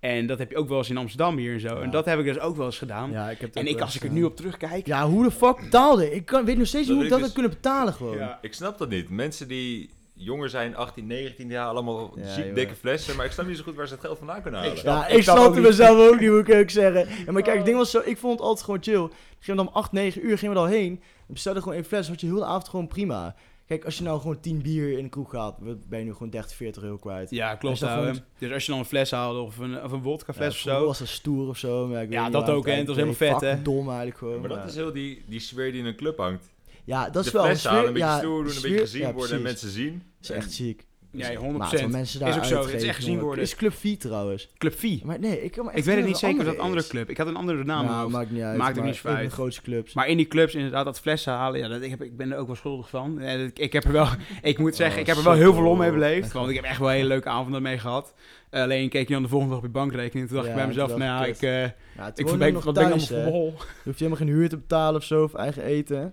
[SPEAKER 1] En dat heb je ook wel eens in Amsterdam hier en zo,
[SPEAKER 2] Ja.
[SPEAKER 1] en dat heb ik dus ook wel eens gedaan.
[SPEAKER 2] Ja, ik heb het
[SPEAKER 1] en
[SPEAKER 2] ook
[SPEAKER 1] ik,
[SPEAKER 2] wel
[SPEAKER 1] als ik er
[SPEAKER 2] eens,
[SPEAKER 1] nu
[SPEAKER 2] eh,
[SPEAKER 1] op terugkijk,
[SPEAKER 2] Ja, hoe de fuck betaalde? ik? Ik kan, weet nog steeds
[SPEAKER 3] Dat
[SPEAKER 2] hoe ik
[SPEAKER 3] weet
[SPEAKER 2] dat heb
[SPEAKER 3] ik
[SPEAKER 2] kunnen betalen gewoon.
[SPEAKER 1] dus. Ja.
[SPEAKER 3] Ik snap dat niet. Mensen die jonger zijn, 18, 19, die halen allemaal
[SPEAKER 2] Ja,
[SPEAKER 3] ziek
[SPEAKER 2] joh.
[SPEAKER 3] dikke flessen. Maar ik snap niet zo goed waar ze het geld vandaan kunnen halen.
[SPEAKER 1] snap-
[SPEAKER 2] Ja,
[SPEAKER 1] Ik
[SPEAKER 2] ik
[SPEAKER 1] snap ook
[SPEAKER 2] snapte
[SPEAKER 1] niet.
[SPEAKER 2] mezelf ook niet, moet ik ook zeggen. Ja, maar kijk, het ding was zo, ik vond het altijd gewoon chill. Gingen we dan om 8, 9 uur, gingen we er al heen. We bestelden gewoon één fles, had je heel de avond gewoon prima. Kijk, als je nou gewoon 10 bier in de kroeg gaat, wat ben je nu gewoon 30, 40 euro kwijt.
[SPEAKER 1] ja klopt
[SPEAKER 2] Dus dat
[SPEAKER 1] ouwe.
[SPEAKER 2] vond
[SPEAKER 1] Dus als je dan een fles haalde of een, of een
[SPEAKER 2] Ja,
[SPEAKER 1] vodkafles of
[SPEAKER 2] vroeger
[SPEAKER 1] zo,
[SPEAKER 2] was dat stoer of zo. Maar ik weet
[SPEAKER 1] Ja,
[SPEAKER 2] niet,
[SPEAKER 1] dat
[SPEAKER 2] maar aan
[SPEAKER 1] ook, hè. Het was helemaal
[SPEAKER 2] eind
[SPEAKER 1] vet, hè.
[SPEAKER 2] fucking dom eigenlijk gewoon.
[SPEAKER 3] Maar dat
[SPEAKER 2] ja.
[SPEAKER 3] is heel die, die sfeer die in een club hangt.
[SPEAKER 2] ja, dat is
[SPEAKER 3] de
[SPEAKER 2] wel
[SPEAKER 3] flessen halen, een beetje
[SPEAKER 2] ja,
[SPEAKER 3] stoer doen,
[SPEAKER 2] de
[SPEAKER 3] een
[SPEAKER 2] sfeer-
[SPEAKER 3] beetje gezien
[SPEAKER 2] ja,
[SPEAKER 3] worden en
[SPEAKER 2] precies.
[SPEAKER 3] mensen zien.
[SPEAKER 2] Dat is echt ziek.
[SPEAKER 1] nee, 100%.
[SPEAKER 2] Maat, wat mensen daar
[SPEAKER 1] Is ook zo, het is
[SPEAKER 2] uitgeven,
[SPEAKER 1] echt gezien
[SPEAKER 2] jongen.
[SPEAKER 1] worden.
[SPEAKER 2] Is Club 4 trouwens.
[SPEAKER 1] Club V.
[SPEAKER 2] Maar nee, ik kan me echt
[SPEAKER 1] Ik weet het
[SPEAKER 2] herinneren
[SPEAKER 1] niet zeker of
[SPEAKER 2] andere
[SPEAKER 1] dat andere
[SPEAKER 2] is.
[SPEAKER 1] club. Ik had een andere naam. in mijn
[SPEAKER 2] Nou,
[SPEAKER 1] hoofd.
[SPEAKER 2] maakt niet uit.
[SPEAKER 1] Maakt ook
[SPEAKER 2] maar
[SPEAKER 1] niet
[SPEAKER 2] een
[SPEAKER 1] zoveel
[SPEAKER 2] van de
[SPEAKER 1] uit.
[SPEAKER 2] grootste clubs.
[SPEAKER 1] maar in die clubs inderdaad dat flessen halen, ja, dat, ik, heb, ik ben er ook wel schuldig van. Eh, Ik, ik heb er wel, ik moet
[SPEAKER 2] Oh,
[SPEAKER 1] zeggen, ik heb er wel heel veel om mee beleefd. Want ik heb echt wel hele leuke avonden mee gehad. Alleen keek je dan de volgende dag op je bankrekening en toen dacht
[SPEAKER 2] Ja,
[SPEAKER 1] ik bij mezelf,
[SPEAKER 2] toen
[SPEAKER 1] nou
[SPEAKER 2] dacht
[SPEAKER 1] ja,
[SPEAKER 2] ik,
[SPEAKER 1] ik, eh,
[SPEAKER 2] Ja, toen
[SPEAKER 1] ik
[SPEAKER 2] woonde
[SPEAKER 1] verbeek,
[SPEAKER 2] nog
[SPEAKER 1] wat ben ik allemaal
[SPEAKER 2] thuis,
[SPEAKER 1] voor
[SPEAKER 2] hè.
[SPEAKER 1] hol?
[SPEAKER 2] Je hoeft helemaal geen huur te betalen of zo, of eigen eten. hè.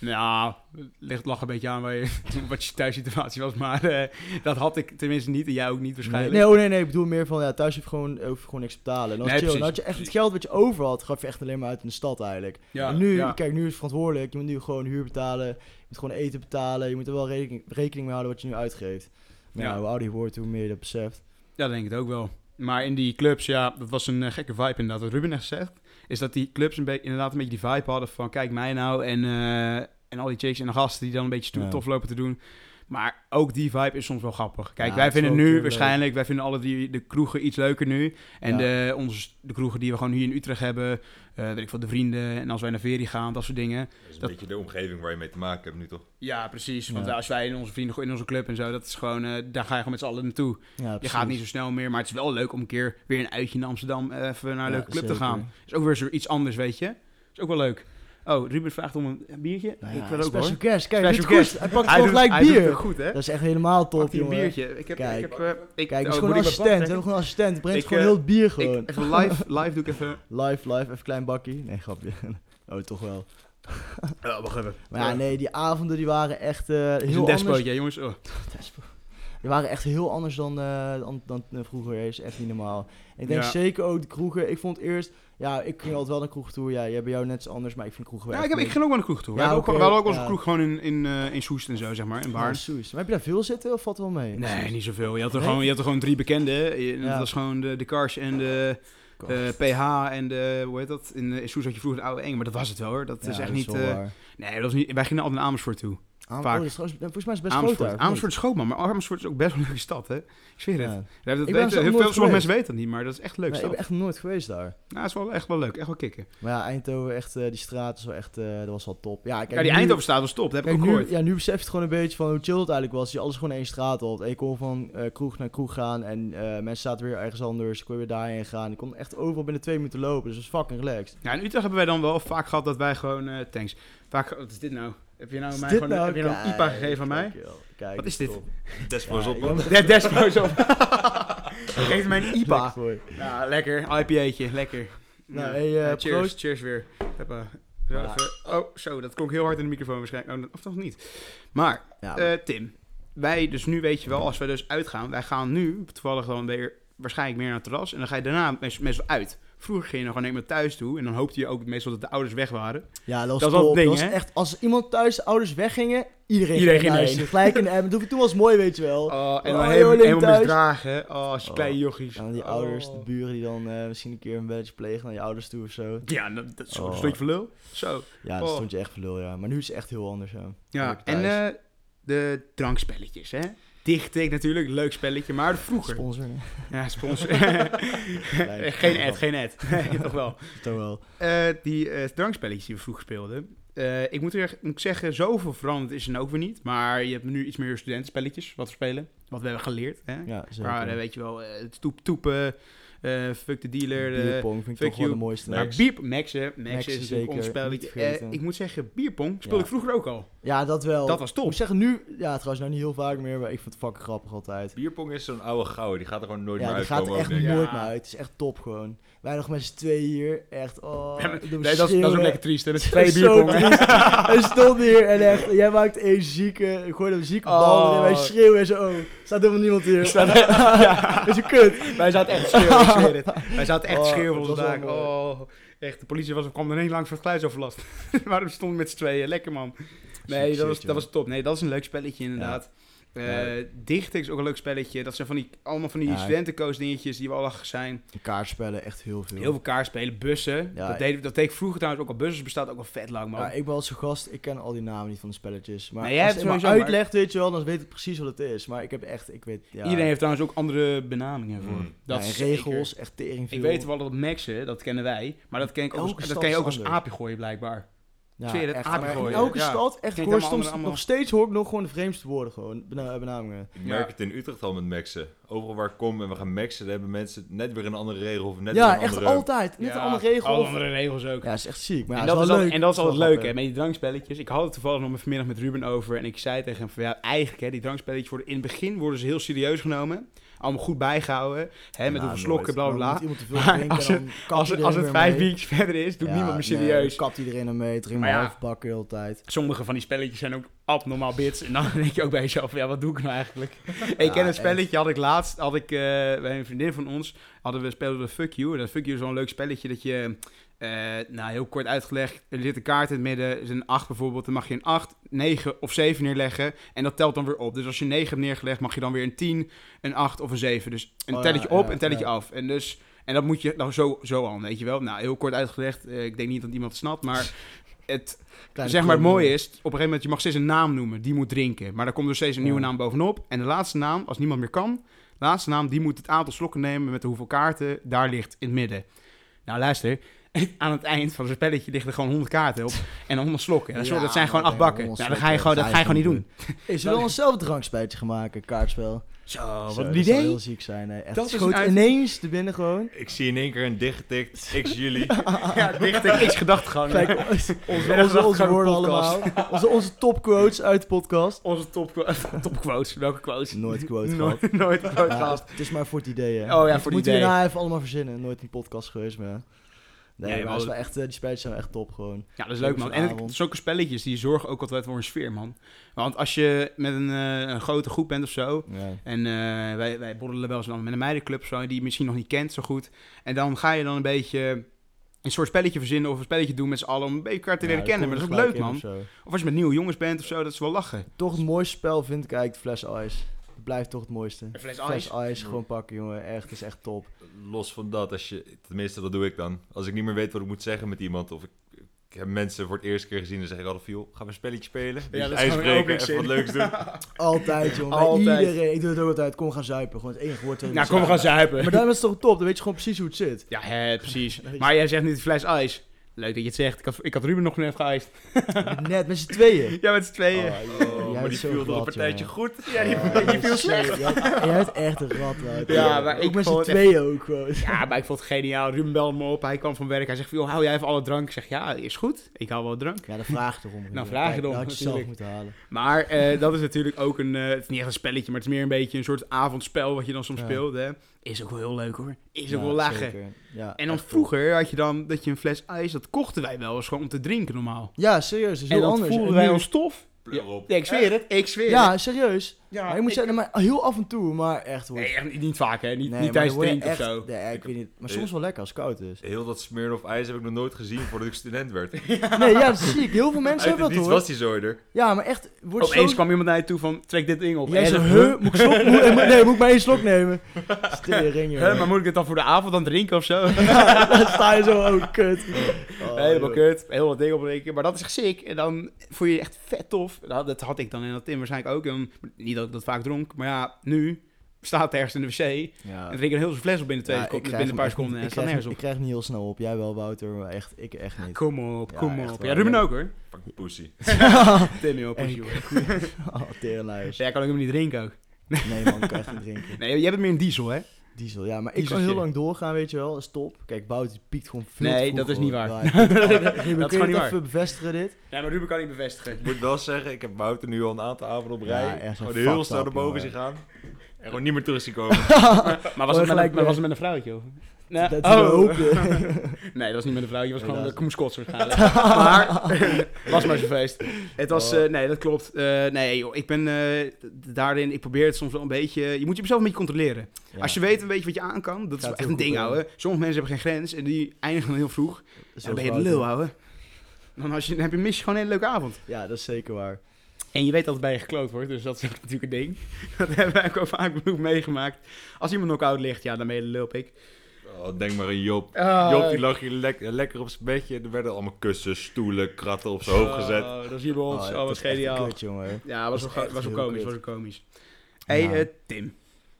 [SPEAKER 1] Nou, ligt lag een beetje aan waar je, wat je thuissituatie was, maar eh, dat had ik tenminste niet en jij ook niet waarschijnlijk.
[SPEAKER 2] Nee, oh nee, nee, ik bedoel meer van, ja, thuis hoef je gewoon, hoef je gewoon niks te betalen. Dan, was
[SPEAKER 1] Nee,
[SPEAKER 2] chill. dan
[SPEAKER 1] precies,
[SPEAKER 2] had je echt het
[SPEAKER 1] precies.
[SPEAKER 2] geld wat je over had, gaf je echt alleen maar uit in de stad eigenlijk.
[SPEAKER 1] Ja,
[SPEAKER 2] en nu,
[SPEAKER 1] ja.
[SPEAKER 2] kijk, nu is het verantwoordelijk. Je moet nu gewoon huur betalen, je moet gewoon eten betalen. Je moet er wel rekening, rekening mee houden wat je nu uitgeeft. Maar ja,
[SPEAKER 1] Ja.
[SPEAKER 2] hoe ouder je wordt, hoe meer je dat beseft.
[SPEAKER 1] Ja, dat denk ik het ook wel. Maar in die clubs, ja, dat was een eh, gekke vibe inderdaad. Wat Ruben echt zegt, is dat die clubs een beetje inderdaad een beetje die vibe hadden van... Kijk mij nou en, eh, en al die chicks en de gasten die dan een beetje stoer-
[SPEAKER 2] Ja.
[SPEAKER 1] tof lopen te doen. Maar ook die vibe is soms wel grappig. Kijk,
[SPEAKER 2] Ja,
[SPEAKER 1] wij
[SPEAKER 2] het is
[SPEAKER 1] vinden
[SPEAKER 2] wel
[SPEAKER 1] nu
[SPEAKER 2] heel
[SPEAKER 1] waarschijnlijk, wij vinden alle die, de kroegen iets leuker nu. En
[SPEAKER 2] Ja.
[SPEAKER 1] de, onze, de kroegen die we gewoon hier in Utrecht hebben, eh weet ik veel, de vrienden. En als wij naar Veri gaan, dat soort dingen.
[SPEAKER 3] Dat is een
[SPEAKER 1] Dat-
[SPEAKER 3] beetje de omgeving waar je mee te maken hebt nu toch?
[SPEAKER 1] Ja, precies. Want
[SPEAKER 2] Ja.
[SPEAKER 1] als wij in onze vrienden, in onze club en zo, dat is gewoon, eh, daar ga je gewoon met z'n allen naartoe.
[SPEAKER 2] Ja,
[SPEAKER 1] Je gaat niet zo snel meer, maar het is wel leuk om een keer weer een uitje in Amsterdam eh, even naar een leuke club te gaan. Is ook weer zoiets anders, weet je. Is ook wel leuk. Oh, Ruben vraagt om een biertje. ik wil ook
[SPEAKER 2] Nou special
[SPEAKER 1] hoor.
[SPEAKER 2] guest, kijk,
[SPEAKER 1] Special
[SPEAKER 2] dit is
[SPEAKER 1] guest.
[SPEAKER 2] goed. Hij pakt gewoon gelijk
[SPEAKER 1] hij doet
[SPEAKER 2] bier.
[SPEAKER 1] het goed, hè?
[SPEAKER 2] Dat is echt helemaal top,
[SPEAKER 1] Pakt hij een
[SPEAKER 2] jongen.
[SPEAKER 1] biertje. Ik heb,
[SPEAKER 2] Kijk.
[SPEAKER 1] ik heb, eh, ik,
[SPEAKER 2] Kijk,
[SPEAKER 1] oh,
[SPEAKER 2] het is
[SPEAKER 1] moet
[SPEAKER 2] gewoon
[SPEAKER 1] ik
[SPEAKER 2] een
[SPEAKER 1] mijn
[SPEAKER 2] assistent. We
[SPEAKER 1] bak
[SPEAKER 2] hebben gewoon een assistent. Brengt
[SPEAKER 1] Ik,
[SPEAKER 2] gewoon
[SPEAKER 1] eh,
[SPEAKER 2] heel het bier
[SPEAKER 1] zeggen?
[SPEAKER 2] gewoon.
[SPEAKER 1] Ik, even live, live doe ik even.
[SPEAKER 2] Live, live, even klein bakkie. Nee, grapje. Oh, toch wel.
[SPEAKER 1] Oh, wacht even.
[SPEAKER 2] Maar ja, nee, die avonden die waren echt eh,
[SPEAKER 1] Het is een
[SPEAKER 2] heel anders.
[SPEAKER 1] despootje, hè, jongens. Oh.
[SPEAKER 2] Despo. Die waren echt heel anders dan, eh, dan, dan eh, vroeger. Dat is echt niet normaal. En ik denk
[SPEAKER 1] Ja.
[SPEAKER 2] zeker ook de kroegen. Ik vond eerst... Ja, ik ging altijd wel naar kroeg toe. Ja, jij bij jou net zo anders, maar ik vind kroegen wel
[SPEAKER 1] Ja, ik,
[SPEAKER 2] echt
[SPEAKER 1] heb, ik
[SPEAKER 2] leuk.
[SPEAKER 1] ging ook wel naar de kroeg toe. we
[SPEAKER 2] Ja,
[SPEAKER 1] hebben ook,
[SPEAKER 2] oké,
[SPEAKER 1] we hadden ook onze
[SPEAKER 2] ja.
[SPEAKER 1] kroeg gewoon in, in, eh, in Soest en zo, zeg maar. In
[SPEAKER 2] Ja,
[SPEAKER 1] Baarn.
[SPEAKER 2] Soes. Maar heb je daar veel zitten of valt het wel mee?
[SPEAKER 1] Nee, niet zoveel. Je had er,
[SPEAKER 2] Nee?
[SPEAKER 1] gewoon, je had er gewoon drie bekenden. Je-
[SPEAKER 2] Ja.
[SPEAKER 1] Dat was gewoon de, de Cars en de
[SPEAKER 2] Cars.
[SPEAKER 1] eh, PH en de, hoe heet dat? In, eh, in Soes had je vroeger de oude Eng, maar dat was het wel hoor. Dat
[SPEAKER 2] Ja,
[SPEAKER 1] is echt
[SPEAKER 2] dat
[SPEAKER 1] niet...
[SPEAKER 2] wel
[SPEAKER 1] eh,
[SPEAKER 2] waar.
[SPEAKER 1] nee, dat was niet, wij gingen altijd naar Amersfoort toe.
[SPEAKER 2] Aan-
[SPEAKER 1] Vaak.
[SPEAKER 2] Oh, dat is trouwens- volgens mij is het best groot
[SPEAKER 1] Amersfoort.
[SPEAKER 2] daar. of
[SPEAKER 1] Amersfoort is schoon, man. Maar Amersfoort is ook best wel een leuke stad, hè? Ik
[SPEAKER 2] niet?
[SPEAKER 1] zweer het.
[SPEAKER 2] Ja.
[SPEAKER 1] Ja, dat
[SPEAKER 2] ben
[SPEAKER 1] weten-
[SPEAKER 2] er zelf
[SPEAKER 1] heel
[SPEAKER 2] nooit
[SPEAKER 1] veel sommige
[SPEAKER 2] geweest.
[SPEAKER 1] mensen weten dat niet, maar dat is echt een leuke
[SPEAKER 2] Nee, ik
[SPEAKER 1] stad.
[SPEAKER 2] ben echt nog nooit geweest daar.
[SPEAKER 1] Nou, het is wel echt wel leuk. Echt wel kicken.
[SPEAKER 2] Maar ja, Eindhoven, echt, eh, die straat is wel echt, eh, dat was wel top. Ja, kijk,
[SPEAKER 1] ja, Nou, die
[SPEAKER 2] nu-
[SPEAKER 1] Eindhoven staat was top. Dat heb
[SPEAKER 2] Kijk,
[SPEAKER 1] ik ook
[SPEAKER 2] nu,
[SPEAKER 1] gehoord.
[SPEAKER 2] ja, nu besef je het gewoon een beetje van hoe chill het eigenlijk was. Dat je alles gewoon in één straat had. En je kon van eh, kroeg naar kroeg gaan en eh, mensen zaten weer ergens anders. Ik kon weer daarheen gaan. Ik kon echt overal binnen twee minuten lopen. Dus dat was fucking relaxed.
[SPEAKER 1] Ja, in Utrecht hebben wij dan wel vaak gehad dat wij gewoon... eh, tanks. Vaak... Wat is dit nou? Heb je nou, mij gewoon, heb je nou een IPA gegeven aan mij?
[SPEAKER 2] Kijk,
[SPEAKER 1] Wat is dit?
[SPEAKER 2] top.
[SPEAKER 3] Despo's
[SPEAKER 2] Ja,
[SPEAKER 3] op,
[SPEAKER 2] ik
[SPEAKER 3] man.
[SPEAKER 2] ben-
[SPEAKER 1] Ja, Despo's op. Geef mij een
[SPEAKER 2] Lekker
[SPEAKER 1] IPA.
[SPEAKER 2] voor je.
[SPEAKER 1] Ja, lekker. IPA'tje. Lekker.
[SPEAKER 2] Nou,
[SPEAKER 1] Ja.
[SPEAKER 2] hey, eh,
[SPEAKER 1] Ja, cheers.
[SPEAKER 2] proost.
[SPEAKER 1] Cheers weer. Hoppa. Zo,
[SPEAKER 2] Ja.
[SPEAKER 1] even- Oh, zo. Dat klonk heel hard in de microfoon waarschijnlijk. Oh, dat- of toch niet. Maar...
[SPEAKER 2] Ja,
[SPEAKER 1] Eh, Tim, wij dus nu weet je wel, als wij dus uitgaan, wij gaan nu toevallig dan weer waarschijnlijk meer naar het terras en dan ga je daarna meest- meestal uit. Vroeger ging je nog gewoon helemaal thuis toe en dan hoopte je ook meestal dat de ouders weg waren.
[SPEAKER 2] ja, dat was
[SPEAKER 1] dat was
[SPEAKER 2] top.
[SPEAKER 1] het ding,
[SPEAKER 2] dat was
[SPEAKER 1] hè?
[SPEAKER 2] echt, als iemand thuis de ouders weggingen, iedereen,
[SPEAKER 1] Iedereen
[SPEAKER 2] ging
[SPEAKER 1] ging
[SPEAKER 2] naar huis.
[SPEAKER 1] heen.
[SPEAKER 2] Gelijk een app. Toen toen was het mooi, weet je wel.
[SPEAKER 1] Oh, en
[SPEAKER 2] Oh,
[SPEAKER 1] dan
[SPEAKER 2] joh,
[SPEAKER 1] helemaal,
[SPEAKER 2] alleen
[SPEAKER 1] helemaal
[SPEAKER 2] thuis.
[SPEAKER 1] misdragen. Oh, als je
[SPEAKER 2] Oh.
[SPEAKER 1] kleine jochies.
[SPEAKER 2] En dan die
[SPEAKER 1] Oh.
[SPEAKER 2] ouders, de buren die dan eh, misschien een keer een belletje plegen naar je ouders toe of zo.
[SPEAKER 1] Ja, dat, dat
[SPEAKER 2] Oh.
[SPEAKER 1] stond je voor lul. Zo.
[SPEAKER 2] Ja, dat
[SPEAKER 1] Oh.
[SPEAKER 2] stond je echt voor lul, ja. Maar nu is het echt heel anders, ja.
[SPEAKER 1] Ja,
[SPEAKER 2] Leuk
[SPEAKER 1] en
[SPEAKER 2] thuis.
[SPEAKER 1] eh, de drankspelletjes, hè. Dichtik natuurlijk, leuk spelletje, maar vroeger.
[SPEAKER 2] Sponsor,
[SPEAKER 1] ja, sponsor.
[SPEAKER 2] Nee,
[SPEAKER 1] geen ad, geen ad. Nee, toch wel.
[SPEAKER 2] toch wel.
[SPEAKER 1] Eh, die eh, drankspelletjes die we vroeger speelden. Eh, ik moet, er, moet ik zeggen, zoveel veranderd is er nou ook weer niet. Maar je hebt nu iets meer studentenspelletjes wat we spelen. Wat we hebben geleerd. Hè?
[SPEAKER 2] Ja, zeker.
[SPEAKER 1] maar, eh, weet je wel, eh, het toep toepen, eh, fuck de dealer. de-
[SPEAKER 2] Bierpong vind ik
[SPEAKER 1] fuck
[SPEAKER 2] toch wel de
[SPEAKER 1] you.
[SPEAKER 2] mooiste.
[SPEAKER 1] maar
[SPEAKER 3] Max.
[SPEAKER 1] bier, Max, hè. Max,
[SPEAKER 2] Max
[SPEAKER 1] is
[SPEAKER 2] zeker,
[SPEAKER 1] zeker, ons spelletje.
[SPEAKER 2] niet vergeten.
[SPEAKER 1] Eh, ik moet zeggen, bierpong speelde
[SPEAKER 2] Ja.
[SPEAKER 1] ik vroeger ook al.
[SPEAKER 2] Ja, dat wel.
[SPEAKER 1] Dat was
[SPEAKER 2] Ik moet
[SPEAKER 1] top.
[SPEAKER 2] zeggen, nu... Ja, trouwens, nou niet heel vaak meer, maar ik vind het fucking grappig altijd.
[SPEAKER 3] Bierpong is zo'n oude gouden, die gaat er gewoon nooit
[SPEAKER 2] Ja,
[SPEAKER 3] meer
[SPEAKER 2] die gaat
[SPEAKER 3] uitkomen.
[SPEAKER 2] er echt
[SPEAKER 3] ook, denk ik.
[SPEAKER 1] ik.
[SPEAKER 2] nooit
[SPEAKER 1] Ja.
[SPEAKER 2] meer uit. Het is echt top gewoon. Wij nog met z'n tweeën hier. Echt, oh.
[SPEAKER 1] Ja, maar-
[SPEAKER 2] ik doe
[SPEAKER 1] nee, dat, is- dat is ook
[SPEAKER 2] schreeuwen.
[SPEAKER 1] lekker triest. Hè? Dat is
[SPEAKER 2] Dat
[SPEAKER 1] twee
[SPEAKER 2] is zo
[SPEAKER 1] bierpong.
[SPEAKER 2] triest. Hij stond hier en echt, jij maakt één zieke, ik gooide een zieke bal
[SPEAKER 1] Oh.
[SPEAKER 2] en wij schreeuwen en zo, oh, staat helemaal niemand hier.
[SPEAKER 1] Staat-
[SPEAKER 2] ja. is een kut.
[SPEAKER 1] Wij zaten echt schreeuwen, ik zweer het. Wij zaten echt
[SPEAKER 2] Oh,
[SPEAKER 1] schreeuwen
[SPEAKER 2] dat
[SPEAKER 1] voor onze
[SPEAKER 2] was wel
[SPEAKER 1] taak. Oh, echt, de politie was, kwam er niet langs voor het geluidsoverlast. Waarom stonden we met z'n tweeën? Lekker, man. Nee, dat was, dat was top. Nee, dat is een leuk spelletje inderdaad. Eh Dichtix is ook een leuk spelletje. Dat zijn van die, allemaal van die
[SPEAKER 2] Ja.
[SPEAKER 1] studentenkoos dingetjes die we al zijn.
[SPEAKER 2] Kaartspellen, echt heel veel.
[SPEAKER 1] Heel veel kaartspelen, bussen.
[SPEAKER 2] Ja.
[SPEAKER 1] dat, deed, dat deed ik vroeger trouwens ook al. Bussen bestaat ook al vet lang, man.
[SPEAKER 2] Ja, ik ben als een gast, ik ken al die namen niet van de spelletjes. Maar
[SPEAKER 1] Nee, jij
[SPEAKER 2] als
[SPEAKER 1] hebt
[SPEAKER 2] het maar
[SPEAKER 1] sowieso, maar-
[SPEAKER 2] uitlegt, weet je wel, dan weet ik precies wat het is. Maar ik heb echt, ik weet, ja,
[SPEAKER 1] Iedereen heeft trouwens ook andere benamingen voor.
[SPEAKER 3] Mm.
[SPEAKER 2] ja,
[SPEAKER 1] Dat
[SPEAKER 2] en
[SPEAKER 1] is
[SPEAKER 2] regels,
[SPEAKER 1] zeker.
[SPEAKER 2] echt tering veel.
[SPEAKER 1] Ik weet wel dat maxen, dat kennen wij. Maar dat ken, ik ook als-
[SPEAKER 2] Elke
[SPEAKER 1] dat
[SPEAKER 2] stad
[SPEAKER 1] ken je
[SPEAKER 2] is
[SPEAKER 1] ook als
[SPEAKER 2] anders.
[SPEAKER 1] aapje gooien, blijkbaar.
[SPEAKER 2] ja,
[SPEAKER 1] zweer het,
[SPEAKER 2] echt,
[SPEAKER 1] apen
[SPEAKER 2] maar in
[SPEAKER 1] gooien.
[SPEAKER 2] elke
[SPEAKER 1] Ja.
[SPEAKER 2] stad, echt,
[SPEAKER 1] Kent
[SPEAKER 2] ik hoor
[SPEAKER 1] allemaal-
[SPEAKER 2] soms,
[SPEAKER 1] allemaal-
[SPEAKER 2] nog steeds hoor ik nog gewoon de vreemdste woorden gewoon, bena- benamingen.
[SPEAKER 3] Ik merk
[SPEAKER 1] Ja.
[SPEAKER 3] het in Utrecht al met maxen. Overal waar ik kom en we gaan maxen, dan hebben mensen net weer een andere regel of net weer
[SPEAKER 2] ja,
[SPEAKER 3] een
[SPEAKER 2] echt
[SPEAKER 3] andere...
[SPEAKER 2] altijd, net
[SPEAKER 1] Ja,
[SPEAKER 2] een andere regel.
[SPEAKER 1] alle
[SPEAKER 2] of-
[SPEAKER 1] andere regels ook.
[SPEAKER 2] Ja, is echt ziek, maar ja,
[SPEAKER 1] en, dat
[SPEAKER 2] is
[SPEAKER 1] is
[SPEAKER 2] wel
[SPEAKER 1] al-
[SPEAKER 2] leuk.
[SPEAKER 1] en dat is altijd
[SPEAKER 2] wel
[SPEAKER 1] leuk, hè,
[SPEAKER 2] grappig.
[SPEAKER 1] met die drankspelletjes. Ik had het toevallig nog vanmiddag met Ruben over. En ik zei tegen hem van, ja, eigenlijk, hè, die drankspelletjes worden in het begin worden ze heel serieus genomen. Allemaal goed bijgehouden, hè, met hoeveel
[SPEAKER 2] Ja, nooit.
[SPEAKER 1] slokken, bla, bla,
[SPEAKER 2] Dan moet
[SPEAKER 1] bla.
[SPEAKER 2] iemand te
[SPEAKER 1] Maar
[SPEAKER 2] veel drinken,
[SPEAKER 1] als
[SPEAKER 2] dan kapt
[SPEAKER 1] Als, het-
[SPEAKER 2] iedereen
[SPEAKER 1] als het
[SPEAKER 2] er
[SPEAKER 1] vijf
[SPEAKER 2] mee.
[SPEAKER 1] biertjes verder is, doet
[SPEAKER 2] Ja,
[SPEAKER 1] niemand meer
[SPEAKER 2] nee,
[SPEAKER 1] serieus.
[SPEAKER 2] dan kapt iedereen ermee, drinkt
[SPEAKER 1] Maar
[SPEAKER 2] maar
[SPEAKER 1] ja.
[SPEAKER 2] half bakken heel de tijd.
[SPEAKER 1] Sommige van die spelletjes zijn ook abnormaal bits. En dan denk je ook bij jezelf, ja, wat doe ik nou eigenlijk?
[SPEAKER 2] Ja,
[SPEAKER 1] ik ken een
[SPEAKER 2] echt.
[SPEAKER 1] spelletje, had ik laatst, had ik eh, bij een vriendin van ons, hadden we speelden we Fuck You. En dat Fuck You is wel een leuk spelletje dat je, eh, nou heel kort uitgelegd, er zit een kaart in het midden, er is een 8 bijvoorbeeld, dan mag je een 8, 9 of 7 neerleggen. En dat telt dan weer op. Dus als je 9 hebt neergelegd, mag je dan weer een 10, een 8 of een 7. Dus een
[SPEAKER 2] Oh,
[SPEAKER 1] telletje
[SPEAKER 2] ja,
[SPEAKER 1] op,
[SPEAKER 2] ja,
[SPEAKER 1] een telletje
[SPEAKER 2] ja.
[SPEAKER 1] af. En dus... En dat moet je nou zo, zo aan, weet je wel. Nou, heel kort uitgelegd. eh, ik denk niet dat iemand het snapt, maar het,
[SPEAKER 2] Kleine
[SPEAKER 1] zeg maar het
[SPEAKER 2] kleur.
[SPEAKER 1] mooie is, op een gegeven moment, je mag steeds een naam noemen, die moet drinken. Maar daar komt er steeds een
[SPEAKER 2] Ja.
[SPEAKER 1] nieuwe naam bovenop. En de laatste naam, als niemand meer kan, de laatste naam, die moet het aantal slokken nemen met de hoeveel kaarten daar ligt in het midden. Nou, luister, aan het eind van zo'n spelletje liggen er gewoon 100 kaarten op en 100 slokken. En dat,
[SPEAKER 2] Ja,
[SPEAKER 1] dat zijn gewoon
[SPEAKER 2] maar
[SPEAKER 1] acht
[SPEAKER 2] nee,
[SPEAKER 1] bakken. Nou,
[SPEAKER 2] 100
[SPEAKER 1] dat ga je gewoon, dat ga je
[SPEAKER 2] slokken,
[SPEAKER 1] gewoon niet doen.
[SPEAKER 2] Hey, zullen we onszelf een drankspelletje gaan maken, kaartspel?
[SPEAKER 1] Zo,
[SPEAKER 2] Zo,
[SPEAKER 1] wat een
[SPEAKER 2] dat zou
[SPEAKER 1] idee.
[SPEAKER 2] heel ziek zijn, hè. Echt,
[SPEAKER 1] Dat
[SPEAKER 2] dat
[SPEAKER 1] is
[SPEAKER 2] schoot
[SPEAKER 1] een uit-
[SPEAKER 2] ineens te binnen gewoon.
[SPEAKER 3] Ik zie in één keer een dichtgetikt x jullie.
[SPEAKER 1] Ja, dicht ik niks gedacht
[SPEAKER 2] Kijk,
[SPEAKER 1] gewoon.
[SPEAKER 2] onze,
[SPEAKER 1] dacht,
[SPEAKER 2] onze, onze
[SPEAKER 1] gewoon
[SPEAKER 2] woorden
[SPEAKER 1] een podcast.
[SPEAKER 2] allemaal. Onze, onze topquotes uit de podcast.
[SPEAKER 1] Onze top, top quotes, welke quotes?
[SPEAKER 2] Nooit quote gehad.
[SPEAKER 1] Nooit, nooit een quote
[SPEAKER 2] Ja,
[SPEAKER 1] gehad.
[SPEAKER 2] het is maar voor het idee, hè.
[SPEAKER 1] Oh ja, voor het
[SPEAKER 2] Moeten we
[SPEAKER 1] idee.
[SPEAKER 2] nou even allemaal verzinnen. Nooit een podcast geweest, maar... Nee,
[SPEAKER 1] Nee,
[SPEAKER 2] maar
[SPEAKER 1] maar-
[SPEAKER 2] het is wel echt, eh, die spelletjes zijn wel echt top gewoon.
[SPEAKER 1] Ja, dat is leuk, man. En het, zulke spelletjes, die zorgen ook altijd voor een sfeer, man. Want als je met een, eh, een grote groep bent of zo...
[SPEAKER 2] Ja.
[SPEAKER 1] En eh, wij, wij borrelen wel eens dan met een meidenclub of zo... die je misschien nog niet kent zo goed. En dan ga je dan een beetje een soort spelletje verzinnen... of een spelletje doen met z'n allen om een beetje elkaar te leren
[SPEAKER 2] Ja,
[SPEAKER 1] kennen. Maar dat is
[SPEAKER 2] komt
[SPEAKER 1] ook leuk,
[SPEAKER 2] er
[SPEAKER 1] man.
[SPEAKER 2] gelijk in dus. of
[SPEAKER 1] Of als je met nieuwe jongens bent of zo, dat is wel lachen.
[SPEAKER 2] zo. Toch het mooiste spel vind ik eigenlijk Flash Ice. Dat blijft toch het mooiste.
[SPEAKER 1] Fles
[SPEAKER 2] Flash Ice, gewoon pakken, jongen. Echt, dat is echt top.
[SPEAKER 3] Los van dat, als je, tenminste dat doe ik dan. Als ik niet meer weet wat ik moet zeggen met iemand of ik Ik heb mensen voor het eerste keer gezien en zeggen altijd van, joh, gaan we een spelletje spelen?
[SPEAKER 1] Ja,
[SPEAKER 3] Ja,
[SPEAKER 1] dat
[SPEAKER 3] dat
[SPEAKER 1] is gewoon een
[SPEAKER 3] ijsbreken, even wat leuks doen.
[SPEAKER 2] Altijd, jongen.
[SPEAKER 1] Altijd.
[SPEAKER 2] Bij iedereen. Ik doe het ook altijd. Kom gaan zuipen. Gewoon het enige woord. dat ik
[SPEAKER 1] Nou,
[SPEAKER 2] zeg.
[SPEAKER 1] kom, we gaan zuipen.
[SPEAKER 2] Maar daarom is het toch top. Dan weet je gewoon precies hoe het zit.
[SPEAKER 1] Ja, hè, precies. Maar jij zegt niet een fles ijs. Leuk dat je het zegt. Ik had, ik had Ruben nog net geëist.
[SPEAKER 2] Net met z'n tweeën.
[SPEAKER 1] Ja, met z'n tweeën.
[SPEAKER 3] Oh, joh, maar
[SPEAKER 2] bent
[SPEAKER 3] die
[SPEAKER 2] zo
[SPEAKER 3] viel er een
[SPEAKER 2] glad,
[SPEAKER 3] partijtje
[SPEAKER 2] jongen.
[SPEAKER 3] goed. Ja, die,
[SPEAKER 2] Ah,
[SPEAKER 3] die viel
[SPEAKER 2] shit.
[SPEAKER 3] slecht.
[SPEAKER 2] Jij jij hebt echt een rat, Wouter.
[SPEAKER 1] Ja, maar ik
[SPEAKER 2] ook met z'n
[SPEAKER 1] vond het
[SPEAKER 2] tweeën ook gewoon.
[SPEAKER 1] Ja, maar ik vond het geniaal. Ruben belde me op. Hij kwam van werk. Hij zegt, joh, hou jij even alle drank? Ik zeg, ja, is goed. Ik hou wel drank.
[SPEAKER 2] Ja, dan vraag je erom.
[SPEAKER 1] Nou, vraag je
[SPEAKER 2] Kijk,
[SPEAKER 1] erom,
[SPEAKER 2] Dat had je zelf
[SPEAKER 1] natuurlijk.
[SPEAKER 2] moeten halen.
[SPEAKER 1] Maar eh, dat is natuurlijk ook een... eh, het is niet echt een spelletje, maar het is meer een beetje een soort avondspel wat je dan soms
[SPEAKER 2] Ja.
[SPEAKER 1] speelt. Hè. Is ook wel heel leuk hoor. Is ook
[SPEAKER 2] Ja,
[SPEAKER 1] wel lachen.
[SPEAKER 2] zeker. Ja,
[SPEAKER 1] En dan
[SPEAKER 2] echt top.
[SPEAKER 1] vroeger had je dan dat je een fles ijs, dat kochten wij wel eens gewoon om te drinken normaal.
[SPEAKER 2] Ja, serieus. Dat is
[SPEAKER 1] en
[SPEAKER 2] heel
[SPEAKER 1] dan
[SPEAKER 2] anders.
[SPEAKER 1] voelden
[SPEAKER 2] En
[SPEAKER 1] wij
[SPEAKER 2] nu-
[SPEAKER 1] ons tof.
[SPEAKER 3] Pleur op.
[SPEAKER 1] Ja, ik zweer het. Ik zweer het.
[SPEAKER 2] Ja, serieus.
[SPEAKER 1] Ja,
[SPEAKER 2] Maar ik moet
[SPEAKER 1] ik-
[SPEAKER 2] zeggen, maar heel af en toe, maar echt hoor.
[SPEAKER 1] Nee, echt niet- niet vaak hè. Niet,
[SPEAKER 2] Nee,
[SPEAKER 1] niet
[SPEAKER 2] maar
[SPEAKER 1] tijdens
[SPEAKER 2] dan word je
[SPEAKER 1] drinken of zo.
[SPEAKER 2] echt- Nee, ik
[SPEAKER 3] Ik-
[SPEAKER 2] weet niet. Maar
[SPEAKER 3] eh,
[SPEAKER 2] soms wel lekker als het koud is.
[SPEAKER 3] Heel dat Smirnoff ijs heb ik nog nooit gezien voordat ik student werd.
[SPEAKER 2] Nee, ja, dat zie ik. Heel veel mensen
[SPEAKER 3] Uit
[SPEAKER 2] hebben
[SPEAKER 3] het
[SPEAKER 2] dat
[SPEAKER 3] niets
[SPEAKER 2] hoor.
[SPEAKER 3] was die zo er.
[SPEAKER 2] Ja, maar echt, wordt zo...
[SPEAKER 1] Opeens Oh, kwam iemand naar je toe van, trek dit ding op.
[SPEAKER 2] Jij
[SPEAKER 1] En
[SPEAKER 2] zegt,
[SPEAKER 1] dan,
[SPEAKER 2] huh, moet ik slok? Moet, eh, nee, moet ik maar één slok nemen? Stering,
[SPEAKER 1] Huh, maar
[SPEAKER 2] joh.
[SPEAKER 1] moet ik het dan voor de avond dan drinken of zo?
[SPEAKER 2] Ja, dan sta je zo, oh, kut. Oh,
[SPEAKER 1] Helemaal
[SPEAKER 2] joh.
[SPEAKER 1] kut. Heel wat dingen opbreken. Maar dat is echt sick. En dan voel je je echt vet tof. Nou, dat had ik dan en dat Tim waarschijnlijk ook. En, niet dat ik dat vaak dronk. Maar ja, nu staat ergens in de wc.
[SPEAKER 2] Ja.
[SPEAKER 1] En drink een heel zijn fles op binnen, twee
[SPEAKER 2] Ja, ik
[SPEAKER 1] seconden,
[SPEAKER 2] krijg
[SPEAKER 1] binnen een paar
[SPEAKER 2] hem echt
[SPEAKER 1] seconden. En het
[SPEAKER 2] niet- ik
[SPEAKER 1] staat
[SPEAKER 2] krijg,
[SPEAKER 1] nergens
[SPEAKER 2] hem- ik
[SPEAKER 1] op.
[SPEAKER 2] krijg hem niet heel snel op. Jij wel, Wouter, maar echt, ik echt niet.
[SPEAKER 1] Kom op,
[SPEAKER 2] Ja,
[SPEAKER 1] kom
[SPEAKER 2] echt
[SPEAKER 1] op.
[SPEAKER 2] waar.
[SPEAKER 1] Ja, Ruben
[SPEAKER 2] Ja.
[SPEAKER 1] ook hoor.
[SPEAKER 3] Fucking pussy.
[SPEAKER 1] Tim, joh,
[SPEAKER 2] Echt.
[SPEAKER 1] pussy, joh.
[SPEAKER 2] Oh, terenluiers.
[SPEAKER 1] Ja, Jij kan ook hem niet drinken ook.
[SPEAKER 2] Nee man, ik kan echt niet drinken.
[SPEAKER 1] Nee, jij bent meer een diesel, hè?
[SPEAKER 2] Diesel, ja, maar ik kan heel
[SPEAKER 1] Dieseltje.
[SPEAKER 2] lang doorgaan, weet je wel. Dat is top. Kijk, Wouter die piekt gewoon veel
[SPEAKER 1] Nee,
[SPEAKER 2] te
[SPEAKER 1] dat
[SPEAKER 2] vroeg,
[SPEAKER 1] is niet
[SPEAKER 2] hoor.
[SPEAKER 1] waar.
[SPEAKER 2] Ja, ik- Oh, Ruben,
[SPEAKER 1] gewoon
[SPEAKER 2] kun je
[SPEAKER 1] niet
[SPEAKER 2] het
[SPEAKER 1] waar.
[SPEAKER 2] even bevestigen dit?
[SPEAKER 1] Ja, maar Ruben kan niet bevestigen.
[SPEAKER 3] Ik moet wel zeggen, ik heb Wouter nu al een aantal avonden op
[SPEAKER 2] Ja,
[SPEAKER 3] rij.
[SPEAKER 2] echt een
[SPEAKER 3] gewoon
[SPEAKER 2] fucked
[SPEAKER 3] heel
[SPEAKER 2] up,
[SPEAKER 3] snel naar boven zien
[SPEAKER 2] jongen.
[SPEAKER 3] gaan. En gewoon niet meer terug zien komen.
[SPEAKER 1] Maar was, het, met,
[SPEAKER 2] gelijk
[SPEAKER 1] maar was
[SPEAKER 2] weer.
[SPEAKER 1] het met een vrouwtje, of? Nee,
[SPEAKER 2] Dat
[SPEAKER 1] oh.
[SPEAKER 2] hoop
[SPEAKER 1] Nee, dat was niet met een vrouwtje. was
[SPEAKER 2] Nee,
[SPEAKER 1] gewoon dat
[SPEAKER 2] dat is-
[SPEAKER 1] ik moest kotsen waarschijnlijk. maar, was maar zijn feest. Het was,
[SPEAKER 2] Oh.
[SPEAKER 1] eh, nee, dat klopt. Eh, nee, joh, ik ben eh, d- daarin, ik probeer het soms wel een beetje, je moet jezelf een beetje controleren. Als je weet een beetje wat je aan kan, dat is
[SPEAKER 2] Gaat
[SPEAKER 1] wel echt
[SPEAKER 2] heel
[SPEAKER 1] een
[SPEAKER 2] goed,
[SPEAKER 1] ding,
[SPEAKER 2] hoor.
[SPEAKER 1] ouwe. Sommige mensen hebben geen grens en die eindigen dan heel vroeg.
[SPEAKER 2] Zoals
[SPEAKER 1] Dan ben je de
[SPEAKER 2] Wouter.
[SPEAKER 1] lul, ouwe. Dan, als je, dan heb je, mis je gewoon een hele leuke avond.
[SPEAKER 2] Ja, dat is zeker waar.
[SPEAKER 1] En je weet dat het bij je gekloot wordt, dus dat is ook natuurlijk een ding. Dat hebben wij ook al vaak genoeg meegemaakt. Als iemand nog oud ligt, ja, dan ben je de lul, pik.
[SPEAKER 3] Oh, denk maar aan Job.
[SPEAKER 1] Ah.
[SPEAKER 3] Job die lag hier lek- lekker op zijn bedje. Er werden allemaal kussens, stoelen, kratten op zijn hoofd gezet.
[SPEAKER 1] Oh, dat is hier bij ons.
[SPEAKER 2] Oh,
[SPEAKER 1] Oh,
[SPEAKER 2] dat
[SPEAKER 1] wat
[SPEAKER 2] is echt
[SPEAKER 1] geniaal.
[SPEAKER 2] Kut, jongen.
[SPEAKER 1] Ja, was,
[SPEAKER 2] Dat is
[SPEAKER 1] wel,
[SPEAKER 2] echt
[SPEAKER 1] was wel
[SPEAKER 2] heel
[SPEAKER 1] komisch,
[SPEAKER 2] kut.
[SPEAKER 1] was wel komisch. hey,
[SPEAKER 2] Ja.
[SPEAKER 1] eh, Tim.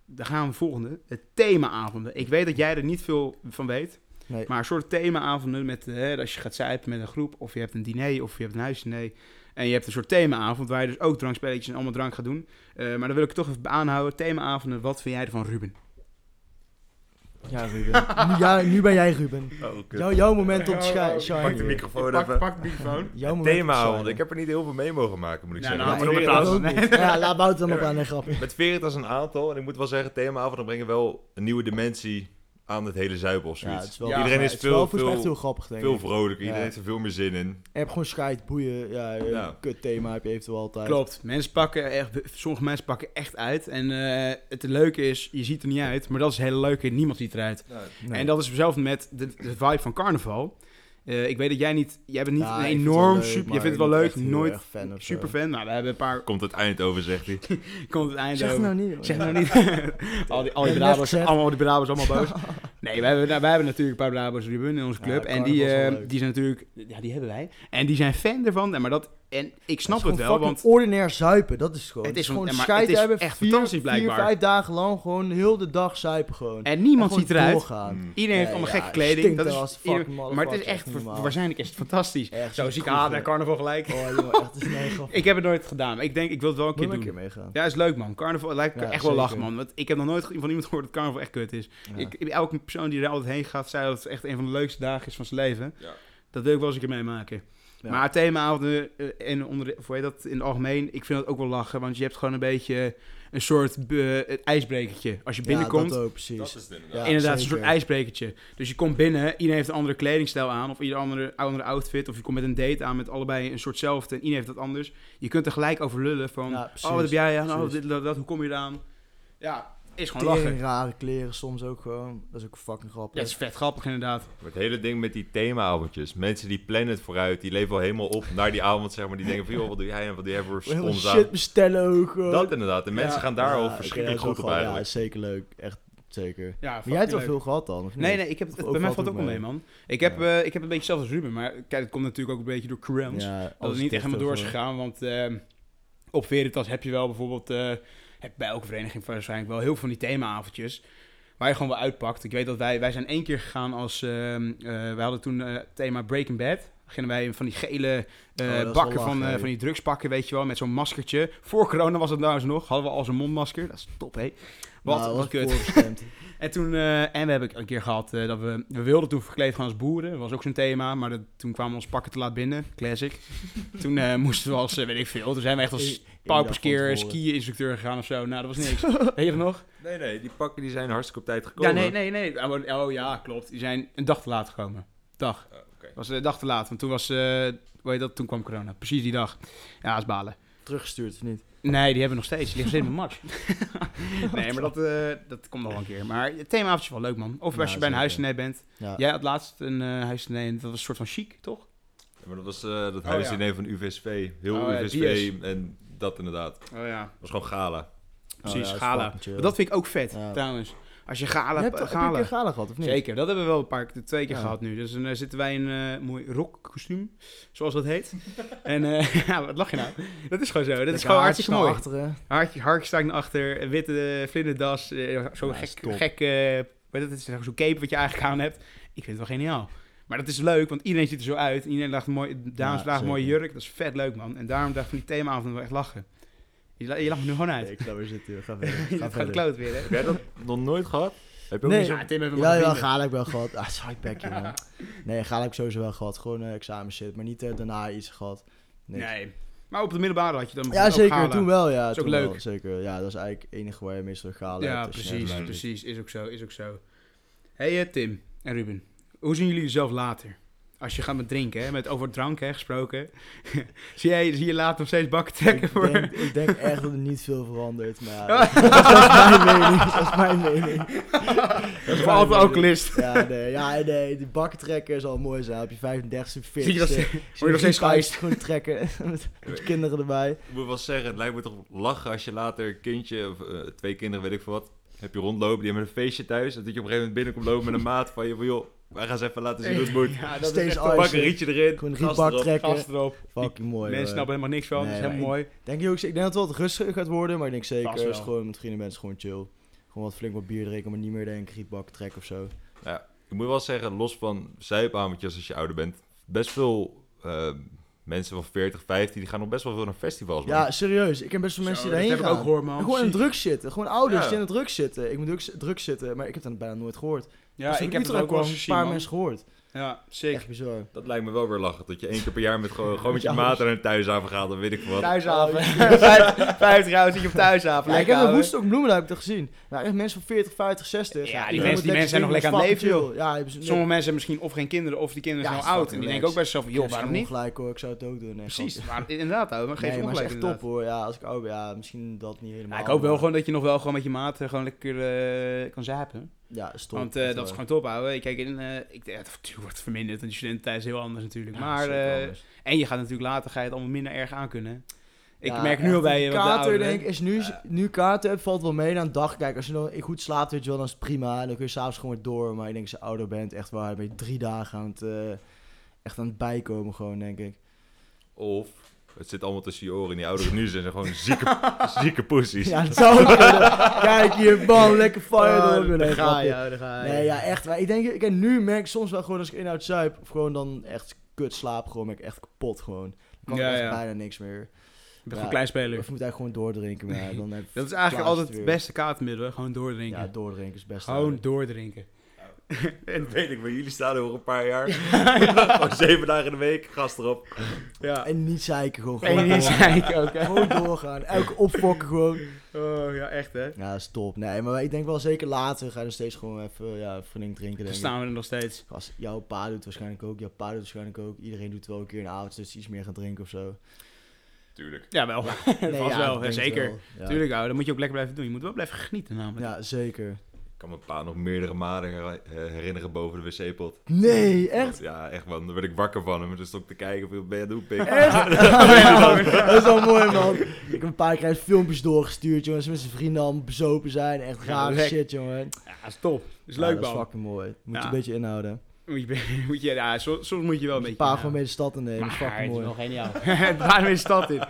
[SPEAKER 1] Dan gaan we volgende. Het themaavonden. Ik weet dat jij er niet veel van weet.
[SPEAKER 2] Nee.
[SPEAKER 1] Maar een soort themaavonden met... eh, als je gaat zuipen met een groep... of je hebt een diner of je hebt een huisdiner... en je hebt een soort themaavond... waar je dus ook drankspelletjes en allemaal drank gaat doen. Eh, maar dan wil ik het toch even aanhouden. Themaavonden, wat vind jij ervan, Ruben?
[SPEAKER 2] Ja, Ruben. Nu, ja, nu ben jij Ruben.
[SPEAKER 3] Oh, kut.
[SPEAKER 2] Jouw, jouw moment om te
[SPEAKER 1] Oh,
[SPEAKER 2] schi-
[SPEAKER 1] oh,
[SPEAKER 2] shine.
[SPEAKER 3] pak de
[SPEAKER 2] hier.
[SPEAKER 3] microfoon
[SPEAKER 1] pak,
[SPEAKER 3] even.
[SPEAKER 1] pak de microfoon.
[SPEAKER 2] Jouw moment om te
[SPEAKER 3] Thema, want
[SPEAKER 2] shinen.
[SPEAKER 3] ik heb er niet heel veel mee mogen maken, moet ik
[SPEAKER 1] Nou,
[SPEAKER 3] zeggen.
[SPEAKER 1] nou,
[SPEAKER 3] Maar
[SPEAKER 1] maar
[SPEAKER 3] ik
[SPEAKER 1] weer-
[SPEAKER 3] heb er
[SPEAKER 1] dat
[SPEAKER 2] Ja,
[SPEAKER 1] is
[SPEAKER 2] ook
[SPEAKER 3] trouwens-
[SPEAKER 2] niet. Ja, laat Wouter dan op aan een grapje.
[SPEAKER 3] met Veritas een aantal. En ik moet wel zeggen, themaavonden brengen wel een nieuwe dimensie aan het hele zuipen of
[SPEAKER 2] Ja,
[SPEAKER 3] zoiets.
[SPEAKER 2] het is wel,
[SPEAKER 1] Ja,
[SPEAKER 2] maar
[SPEAKER 3] iedereen is
[SPEAKER 2] het
[SPEAKER 3] veel-
[SPEAKER 2] wel voor-
[SPEAKER 3] veel-
[SPEAKER 2] echt heel grappig, denk ik.
[SPEAKER 3] veel vrolijker, iedereen
[SPEAKER 2] Ja.
[SPEAKER 3] heeft er veel meer zin in.
[SPEAKER 2] Je hebt gewoon scheid, boeien. Ja, eh,
[SPEAKER 3] Ja.
[SPEAKER 2] kut thema heb je eventueel altijd.
[SPEAKER 1] Klopt. Mensen pakken echt, sommige mensen pakken echt uit. En eh, het leuke is, je ziet er niet uit. Maar dat is het hele leuke. Niemand ziet eruit.
[SPEAKER 2] Nee.
[SPEAKER 1] En dat is hetzelfde met de, de vibe van carnaval. Eh, ik weet dat jij niet... Jij bent niet
[SPEAKER 2] Ja,
[SPEAKER 1] een
[SPEAKER 2] ik vind het
[SPEAKER 1] enorm
[SPEAKER 2] wel leuk,
[SPEAKER 1] super... Je
[SPEAKER 2] maar
[SPEAKER 1] vindt het wel
[SPEAKER 2] niet
[SPEAKER 1] leuk,
[SPEAKER 2] echt heel
[SPEAKER 1] nooit
[SPEAKER 2] erg fan of eh, zo.
[SPEAKER 1] super fan. Nou, we hebben een paar...
[SPEAKER 3] Komt het eind over, zegt hij.
[SPEAKER 1] Komt het einde
[SPEAKER 2] Zeg eh, het
[SPEAKER 1] over.
[SPEAKER 2] nou niet.
[SPEAKER 1] Zeg
[SPEAKER 2] joh.
[SPEAKER 1] nou niet. al die, al die
[SPEAKER 2] net
[SPEAKER 1] Brabos,
[SPEAKER 2] gezegd.
[SPEAKER 1] allemaal, die Brabos, allemaal boos. Nee, wij hebben, nou, wij hebben natuurlijk een paar Brabos Ruben in onze
[SPEAKER 2] Ja,
[SPEAKER 1] club. en
[SPEAKER 2] carnaval
[SPEAKER 1] die,
[SPEAKER 2] is wel
[SPEAKER 1] eh,
[SPEAKER 2] leuk.
[SPEAKER 1] die zijn natuurlijk... Ja, die hebben wij. En die zijn fan ervan. En, maar dat, en ik snap
[SPEAKER 2] Het is
[SPEAKER 1] het,
[SPEAKER 2] gewoon
[SPEAKER 1] wel,
[SPEAKER 2] fucking
[SPEAKER 1] want...
[SPEAKER 2] ordinair zuipen, dat is het gewoon.
[SPEAKER 1] Het
[SPEAKER 2] Het
[SPEAKER 1] is
[SPEAKER 2] is gewoon
[SPEAKER 1] gewoon- maar
[SPEAKER 2] scheid
[SPEAKER 1] het is
[SPEAKER 2] hebben,
[SPEAKER 1] echt
[SPEAKER 2] vier,
[SPEAKER 1] fantastisch
[SPEAKER 2] vier,
[SPEAKER 1] blijkbaar.
[SPEAKER 2] vijf dagen lang gewoon heel de dag zuipen gewoon.
[SPEAKER 1] En niemand
[SPEAKER 2] En gewoon
[SPEAKER 1] ziet eruit.
[SPEAKER 2] doorgaan.
[SPEAKER 3] Mm.
[SPEAKER 1] Iedereen heeft
[SPEAKER 2] Nee,
[SPEAKER 1] allemaal
[SPEAKER 2] ja,
[SPEAKER 1] gekke kleding.
[SPEAKER 2] stinkt
[SPEAKER 1] Dat
[SPEAKER 2] wel
[SPEAKER 1] is,
[SPEAKER 2] als fuck,
[SPEAKER 1] ieder- maar het
[SPEAKER 2] motherfucker,
[SPEAKER 1] is echt...
[SPEAKER 2] echt niet normaal.
[SPEAKER 1] Waarschijnlijk is het fantastisch.
[SPEAKER 2] Echt
[SPEAKER 1] Zo
[SPEAKER 2] zo'n
[SPEAKER 1] zie ik,
[SPEAKER 2] kroeg,
[SPEAKER 1] ah, bij
[SPEAKER 2] hè.
[SPEAKER 1] carnaval gelijk.
[SPEAKER 2] Oh jongen, echt, dat is nee grappig.
[SPEAKER 1] Ik heb het nooit gedaan. Maar ik denk, ik wil het wel een
[SPEAKER 2] Moet
[SPEAKER 1] keer
[SPEAKER 2] er een
[SPEAKER 1] doen.
[SPEAKER 2] keer meegaan.
[SPEAKER 1] Ja, is leuk man. Carnaval lijkt me
[SPEAKER 2] Ja,
[SPEAKER 1] echt wel
[SPEAKER 2] zeker.
[SPEAKER 1] lachen man. Want ik heb nog nooit van iemand gehoord dat carnaval echt kut is.
[SPEAKER 2] Ja.
[SPEAKER 1] Ik, elke persoon die er altijd heen gaat, zei dat het echt een van de leukste dagen is van zijn leven.
[SPEAKER 3] Ja.
[SPEAKER 1] Dat wil ik wel eens een keer meemaken.
[SPEAKER 2] Ja.
[SPEAKER 1] Maar themaavonden eh, en onder, voor je dat in het algemeen, ik vind dat ook wel lachen. Want je hebt gewoon een beetje een soort eh, het ijsbrekertje. Als je
[SPEAKER 2] Ja,
[SPEAKER 1] binnenkomt,
[SPEAKER 2] dat ook, precies.
[SPEAKER 3] is het
[SPEAKER 2] Ja,
[SPEAKER 1] inderdaad, een
[SPEAKER 2] zeker.
[SPEAKER 1] soort ijsbrekertje. Dus je komt binnen, iedereen heeft een andere kledingstijl aan, of ieder andere, andere outfit, of je komt met een date aan met allebei een soortzelfde en iedereen heeft dat anders. Je kunt er gelijk over lullen van,
[SPEAKER 2] Ja, precies,
[SPEAKER 1] oh wat heb jij aan, oh,
[SPEAKER 2] precies.
[SPEAKER 1] dit, dat, dat, hoe kom je eraan? Ja, is gewoon lachen.
[SPEAKER 2] Tering rare kleren soms ook gewoon. Dat is ook fucking
[SPEAKER 1] Ja,
[SPEAKER 2] grappig.
[SPEAKER 1] het is vet grappig inderdaad.
[SPEAKER 3] Het hele ding met die themaavondjes. Mensen die plannen het vooruit, die leven al helemaal op naar die avond, zeg maar. Die denken van, joh, wat doe jij en wat doe jij voor
[SPEAKER 2] Heel veel
[SPEAKER 3] spons aan?
[SPEAKER 2] shit bestellen ook gewoon.
[SPEAKER 3] Dat inderdaad. En mensen
[SPEAKER 1] Ja.
[SPEAKER 3] gaan daar
[SPEAKER 2] Ja,
[SPEAKER 3] al
[SPEAKER 2] oké,
[SPEAKER 3] verschrikkelijk
[SPEAKER 2] dat is
[SPEAKER 3] goed
[SPEAKER 2] wel
[SPEAKER 3] op
[SPEAKER 2] gewoon- Ja,
[SPEAKER 3] eigenlijk.
[SPEAKER 2] is zeker leuk. Echt Zeker.
[SPEAKER 1] Ja,
[SPEAKER 2] Maar jij hebt wel
[SPEAKER 1] leuk.
[SPEAKER 2] veel gehad dan, of niet?
[SPEAKER 1] Nee, nee, ik heb het,
[SPEAKER 2] Of
[SPEAKER 1] bij mij
[SPEAKER 2] valt
[SPEAKER 1] valt
[SPEAKER 2] het
[SPEAKER 1] ook wel
[SPEAKER 2] mee?
[SPEAKER 1] mee, man. Ik heb, eh,
[SPEAKER 3] Ja.
[SPEAKER 1] ik heb het een beetje zelf als Ruben, maar kijk, het komt natuurlijk ook een beetje door Crumbs.
[SPEAKER 2] Ja, als
[SPEAKER 1] dat het niet echt helemaal
[SPEAKER 2] dichter
[SPEAKER 1] door is
[SPEAKER 2] gewoon.
[SPEAKER 1] gegaan, want ehm, op Veritas heb je wel bijvoorbeeld, eh, heb bij elke vereniging waarschijnlijk wel heel veel van die themaavondjes, waar je gewoon wel uitpakt. Ik weet dat wij, wij zijn één keer gegaan als, ehm, eh, wij hadden toen eh, het thema Breaking Bad. Gingen wij van die gele eh,
[SPEAKER 2] Oh, dat is
[SPEAKER 1] bakken
[SPEAKER 2] wel lachen,
[SPEAKER 1] van, eh,
[SPEAKER 2] hé.
[SPEAKER 1] van die drugspakken, weet je wel, met zo'n maskertje. Voor corona was dat nou eens nog, hadden we al zo'n mondmasker. Dat is top, hé. Wat
[SPEAKER 2] Nou,
[SPEAKER 1] een
[SPEAKER 2] was
[SPEAKER 1] kut.
[SPEAKER 2] voorbestemd.
[SPEAKER 1] En toen, eh, en we hebben een keer gehad eh, dat we, we wilden toen verkleed gaan als boeren. Dat was ook zo'n thema, maar dat, toen kwamen we ons pakken te laat binnen. Classic. toen eh, moesten we als, eh, weet ik veel, toen zijn we echt
[SPEAKER 2] Eén-
[SPEAKER 1] als
[SPEAKER 2] één dag van
[SPEAKER 1] pauperskeer
[SPEAKER 2] tevoren.
[SPEAKER 1] ski-instructeur gegaan of zo. Nou, dat was niks. Weet je het nog?
[SPEAKER 3] Nee, nee, die pakken die zijn hartstikke op tijd
[SPEAKER 1] Ja,
[SPEAKER 3] gekomen.
[SPEAKER 1] nee, nee, nee. Oh, maar- oh ja, klopt. Die zijn een dag te laat gekomen. Dag.
[SPEAKER 3] Oh, oké.
[SPEAKER 1] Was een dag te laat, want toen was, eh, hoe heet dat, toen kwam corona. Precies die dag. Ja, dat is balen.
[SPEAKER 2] Teruggestuurd of niet?
[SPEAKER 1] Nee, die hebben we nog steeds. Die liggen steeds met Max. nee, maar dat, eh, dat komt nog wel een keer. Maar het themaavond is wel leuk, man. Of
[SPEAKER 2] Ja,
[SPEAKER 1] als je bij een
[SPEAKER 2] zeker.
[SPEAKER 1] huisdiner bent.
[SPEAKER 2] Ja.
[SPEAKER 1] Jij had laatst een eh huis, nee, dat was een soort van chic, toch?
[SPEAKER 3] Ja, maar dat was eh,
[SPEAKER 2] Oh,
[SPEAKER 3] dat huisdiner van UVSV. Heel
[SPEAKER 1] Oh, ja,
[SPEAKER 3] UVSV en dat inderdaad.
[SPEAKER 1] Oh ja,
[SPEAKER 3] Dat was gewoon gala.
[SPEAKER 1] precies,
[SPEAKER 2] Oh ja, dat is
[SPEAKER 1] gala.
[SPEAKER 2] fucking chill.
[SPEAKER 1] Dat vind ik ook vet,
[SPEAKER 2] Ja.
[SPEAKER 1] trouwens. Als je
[SPEAKER 2] Je
[SPEAKER 1] gala... eh,
[SPEAKER 2] hebt, heb je een
[SPEAKER 1] gala.
[SPEAKER 2] keer gala gehad, of niet?
[SPEAKER 1] Zeker, dat hebben we wel een paar keer, twee keer
[SPEAKER 2] Ja.
[SPEAKER 1] gehad nu. Dus dan eh, zitten wij in een mooi rockkostuum, zoals dat heet. en eh, ja, wat lach je nou? Dat is gewoon zo, dat is
[SPEAKER 2] Lekker
[SPEAKER 1] gewoon
[SPEAKER 2] haartjes
[SPEAKER 1] hartstikke mooi.
[SPEAKER 2] naar achteren.
[SPEAKER 1] Haartje, haartjes staan naar achter, een witte eh, vlinderdas, eh, zo'n
[SPEAKER 2] Ja, is
[SPEAKER 1] gek,
[SPEAKER 2] top.
[SPEAKER 1] gek eh, weet het, het is zo'n cape wat je eigenlijk aan hebt. Ik vind het wel geniaal. Maar dat is leuk, want iedereen ziet er zo uit. Iedereen draagt een mooi, dames
[SPEAKER 2] Ja,
[SPEAKER 1] dragen een mooie
[SPEAKER 2] zeker.
[SPEAKER 1] jurk. Dat is vet leuk, man. En daarom dacht ik van die themaavond wel echt lachen. Je, la- je lacht me nu gewoon uit.
[SPEAKER 2] Nee, ik ga weer zitten, joh. ga verder.
[SPEAKER 1] Het
[SPEAKER 2] Ga
[SPEAKER 1] gaat de
[SPEAKER 2] verder.
[SPEAKER 1] kloot weer, hè?
[SPEAKER 3] Heb jij dat nog nooit gehad? Heb je ook
[SPEAKER 2] Nee.
[SPEAKER 3] niet zo...
[SPEAKER 1] Ja, Tim heeft hem
[SPEAKER 2] Ja,
[SPEAKER 1] al
[SPEAKER 2] ja,
[SPEAKER 1] vrienden.
[SPEAKER 2] gala heb ik wel gehad. Ah, zwartbek, jongen. Nee, gala heb ik sowieso wel gehad. Gewoon eh examen shit, maar niet eh, daarna iets gehad. Niks.
[SPEAKER 1] Nee. Maar op de middelbare had je dan
[SPEAKER 2] Ja,
[SPEAKER 1] ook
[SPEAKER 2] zeker.
[SPEAKER 1] gala.
[SPEAKER 2] Toen wel, ja.
[SPEAKER 1] Is ook
[SPEAKER 2] toen wel,
[SPEAKER 1] leuk.
[SPEAKER 2] zeker. Ja, dat is eigenlijk het enige waar je meestal gala
[SPEAKER 1] Ja,
[SPEAKER 2] hebt, als je
[SPEAKER 1] precies,
[SPEAKER 3] Ja,
[SPEAKER 1] precies. Is ook zo, is ook zo. hey, eh, Tim en Ruben. Hoe zien jullie jezelf later? Als je gaat met drinken, hè? met over drank hè, gesproken. zie, jij, zie je later nog steeds bakken trekken
[SPEAKER 2] Ik
[SPEAKER 1] voor...
[SPEAKER 2] denk, ik denk echt dat er niet veel verandert, maar ja, dat is- dat is mijn mening. Dat is mijn mening.
[SPEAKER 1] Dat is
[SPEAKER 2] waar,
[SPEAKER 1] altijd
[SPEAKER 2] man.
[SPEAKER 1] alcoholist.
[SPEAKER 2] Ja, nee, ja, nee die bakken trekken zal mooi zijn. Op je 35ste fit.
[SPEAKER 1] Zie je dat-
[SPEAKER 2] eh,
[SPEAKER 1] word
[SPEAKER 2] zie
[SPEAKER 1] je nog steeds
[SPEAKER 2] pijpjes
[SPEAKER 1] geëist?
[SPEAKER 2] Gewoon trekken met, met kinderen erbij.
[SPEAKER 3] Ik moet wel zeggen, het lijkt me toch lachen als je later een kindje, of eh, twee kinderen, weet ik veel wat, heb je rondlopen, die hebben een feestje thuis, en dat je op een gegeven moment binnenkomt lopen met een maat van je van, joh, wij gaan ze even laten zien hoe het moet.
[SPEAKER 1] Ja,
[SPEAKER 2] Steeds
[SPEAKER 1] echt-
[SPEAKER 2] al-
[SPEAKER 3] Pak een rietje erin,
[SPEAKER 2] Gewoon
[SPEAKER 3] gas
[SPEAKER 2] rietbak
[SPEAKER 3] erop.
[SPEAKER 2] trekken.
[SPEAKER 1] Gast erop.
[SPEAKER 2] Fucking mooi.
[SPEAKER 1] Mensen
[SPEAKER 2] hoor.
[SPEAKER 1] snappen helemaal niks van.
[SPEAKER 2] Nee,
[SPEAKER 1] dat is helemaal
[SPEAKER 2] maar
[SPEAKER 1] mooi.
[SPEAKER 2] Denk je ook, ik denk dat het wat rustiger gaat worden, maar ik denk zeker,
[SPEAKER 1] Vast
[SPEAKER 2] is
[SPEAKER 1] wel.
[SPEAKER 2] gewoon met vrienden mensen gewoon chill. Gewoon wat flink wat bier drinken, maar niet meer denk ik rietbak trekken of zo.
[SPEAKER 3] Ik moet wel zeggen, los van zuipavondjes als je ouder bent, best veel eh, mensen van 40, 15, die gaan nog best wel veel naar festivals. man.
[SPEAKER 2] Ja, serieus. Ik ken best wel mensen die
[SPEAKER 1] dat
[SPEAKER 2] daarheen
[SPEAKER 1] heb ik
[SPEAKER 2] gaan.
[SPEAKER 1] ook gehoord, man.
[SPEAKER 2] gewoon in
[SPEAKER 1] Ziek.
[SPEAKER 2] drugs zitten. Gewoon ouders
[SPEAKER 3] Ja.
[SPEAKER 2] die in de drugs zitten. Ik moet drugs, drugs zitten, maar ik heb dat bijna nooit gehoord.
[SPEAKER 1] Ja,
[SPEAKER 2] Pas toen
[SPEAKER 1] ik
[SPEAKER 2] ik
[SPEAKER 1] heb het
[SPEAKER 2] Utrecht
[SPEAKER 1] ook wel
[SPEAKER 2] kwam,
[SPEAKER 1] gezien,
[SPEAKER 2] een paar
[SPEAKER 1] man.
[SPEAKER 2] mensen gehoord.
[SPEAKER 1] Ja, zeker.
[SPEAKER 2] Echt bizar.
[SPEAKER 3] Dat lijkt me wel weer lachen, dat je één keer per jaar met gewoon, gewoon met je
[SPEAKER 2] Ja,
[SPEAKER 3] maat naar een thuisavond gaat, dan weet ik veel wat.
[SPEAKER 1] Thuishaven. 50 jaar zit je op thuishaven.
[SPEAKER 2] Ja, Oh,
[SPEAKER 1] Lekker,
[SPEAKER 2] ik heb een
[SPEAKER 1] ouwe.
[SPEAKER 2] woestok bloemen heb ik dat gezien. Nou, echt mensen van 40, 50,
[SPEAKER 1] Ja,
[SPEAKER 2] 60.
[SPEAKER 1] die
[SPEAKER 2] doen
[SPEAKER 1] mensen-
[SPEAKER 2] wat
[SPEAKER 1] die
[SPEAKER 2] lekker
[SPEAKER 1] mensen zijn nog
[SPEAKER 2] drinken,
[SPEAKER 1] lekker aan het
[SPEAKER 2] fucking
[SPEAKER 1] leven,
[SPEAKER 2] chill. Ja, hebben ze-
[SPEAKER 1] Sommige mensen hebben misschien of geen kinderen of die kinderen
[SPEAKER 2] Ja,
[SPEAKER 1] zijn
[SPEAKER 2] is
[SPEAKER 1] al oud. En die
[SPEAKER 2] fucking
[SPEAKER 1] denken
[SPEAKER 2] relaxed.
[SPEAKER 1] ook bij zichzelf,
[SPEAKER 2] Ik
[SPEAKER 1] joh,
[SPEAKER 2] geef ze
[SPEAKER 1] waarom
[SPEAKER 2] gewoon
[SPEAKER 1] niet?
[SPEAKER 2] gelijk hoor, ik zou het ook doen. echt,
[SPEAKER 1] Precies,
[SPEAKER 2] gelijk.
[SPEAKER 1] maar inderdaad, ouwe, maar geef
[SPEAKER 2] Nee,
[SPEAKER 1] je
[SPEAKER 2] maar het
[SPEAKER 1] ongelijk
[SPEAKER 2] is echt
[SPEAKER 1] inderdaad.
[SPEAKER 2] top hoor. Ja, als ik oud ben, ja, misschien dat niet helemaal.
[SPEAKER 1] Ja, ik hoop wel
[SPEAKER 2] maar-
[SPEAKER 1] gewoon dat je nog wel gewoon met je maat eh, gewoon lekker eh, kan zapen.
[SPEAKER 2] Ja, stop.
[SPEAKER 1] want eh, dat is gewoon top, ouwe. Kijk, in, eh, ik, ja, het natuurlijk wordt verminderd, want je studententijd is heel anders natuurlijk. maar, eh, en je gaat natuurlijk later, ga je het allemaal minder erg aankunnen. Ik merk nu al bij je wat de
[SPEAKER 2] kater,
[SPEAKER 1] ouderen-
[SPEAKER 2] denk ik, is nu, nu kater hebt, valt wel mee na een dag. Kijk, als je dan goed slaapt, weet je wel, dan is het prima. En dan kun je s'avonds gewoon weer door. Maar ik denk, als je ouder bent, echt waar, ben je drie dagen aan het, eh, echt aan het bijkomen gewoon, denk ik.
[SPEAKER 3] Of, het zit allemaal tussen je oren en die ouderen nu zijn ze gewoon zieke, zieke poesies.
[SPEAKER 2] Ja, dat zou ook kunnen. Kijk hier, bam, lekker fire
[SPEAKER 1] Ah,
[SPEAKER 2] door.
[SPEAKER 1] daar
[SPEAKER 2] Nee,
[SPEAKER 1] ga je,
[SPEAKER 2] grapje.
[SPEAKER 1] ouwe, daar ga je.
[SPEAKER 2] Nee, ja, echt. waar. ik denk, kijk, nu merk ik soms wel gewoon als ik inhoud zuip, of gewoon dan echt kut slaap, gewoon ben ik echt kapot gewoon. Dan kan
[SPEAKER 1] Ja,
[SPEAKER 2] ik echt
[SPEAKER 1] ja.
[SPEAKER 2] bijna niks meer.
[SPEAKER 1] Je bent
[SPEAKER 2] Ja.
[SPEAKER 1] gewoon kleinspeler.
[SPEAKER 2] Of je moet eigenlijk gewoon doordrinken, maar ja, dan heb
[SPEAKER 1] Dat is eigenlijk
[SPEAKER 2] plaats
[SPEAKER 1] altijd
[SPEAKER 2] weer.
[SPEAKER 1] het beste kaartmiddel, hè? gewoon doordrinken.
[SPEAKER 2] Ja, doordrinken is best
[SPEAKER 1] gewoon doordrinken.
[SPEAKER 3] En dat weet ik, maar jullie staan er over een paar jaar. Gewoon zeven dagen in de week, gast erop.
[SPEAKER 1] Ja.
[SPEAKER 2] En niet zeiken gewoon.
[SPEAKER 1] En
[SPEAKER 2] Gewoon,
[SPEAKER 1] die
[SPEAKER 2] doorgaan.
[SPEAKER 1] zei ik ook, hè.
[SPEAKER 2] Gewoon doorgaan. Elke opfokken gewoon.
[SPEAKER 1] Oh, ja, echt, hè.
[SPEAKER 2] Ja, stop. Nee, maar ik denk wel zeker later ga je nog steeds gewoon even ja, vriendin drinken.
[SPEAKER 1] Dan
[SPEAKER 2] Denk ik.
[SPEAKER 1] staan we er nog steeds.
[SPEAKER 2] Als jouw pa doet waarschijnlijk ook, jouw pa doet waarschijnlijk ook. Iedereen doet wel een keer een avond, dus iets meer gaan drinken of zo.
[SPEAKER 3] Tuurlijk.
[SPEAKER 1] Ja, wel.
[SPEAKER 2] Nee,
[SPEAKER 1] Vast
[SPEAKER 2] ja, ik
[SPEAKER 1] wel,
[SPEAKER 2] denk
[SPEAKER 1] hè, zeker.
[SPEAKER 2] wel. Ja.
[SPEAKER 1] Tuurlijk, ouwe, dat moet je ook lekker blijven doen. Je moet wel blijven genieten, namelijk.
[SPEAKER 2] Ja, zeker.
[SPEAKER 3] Ik kan mijn pa nog meerdere malen her- eh, herinneren boven de wc-pot.
[SPEAKER 2] Nee, echt?
[SPEAKER 3] Ja, echt man. Dan werd ik wakker van hem. En dan stond ik te kijken of ik ben je aan het doen, pik.
[SPEAKER 2] Dat is wel mooi, man. Ik heb een paar keer filmpjes doorgestuurd, jongens. Met zijn vrienden allemaal bezopen zijn. Echt
[SPEAKER 1] Ja,
[SPEAKER 2] rare
[SPEAKER 1] lek.
[SPEAKER 2] shit, jongen.
[SPEAKER 1] Ja, is top. Is
[SPEAKER 2] Ja,
[SPEAKER 1] leuk,
[SPEAKER 2] Dat is
[SPEAKER 1] man.
[SPEAKER 2] fucking mooi. Moet
[SPEAKER 1] Ja.
[SPEAKER 2] je een beetje inhouden.
[SPEAKER 1] Moet je, moet je, ja, soms, soms moet je wel een
[SPEAKER 2] een
[SPEAKER 1] beetje...
[SPEAKER 2] paar gewoon mee de stad in nemen.
[SPEAKER 4] Maar
[SPEAKER 2] Dat is fucking
[SPEAKER 4] het is
[SPEAKER 2] mooi.
[SPEAKER 4] wel geniaal.
[SPEAKER 1] Waar is stad in?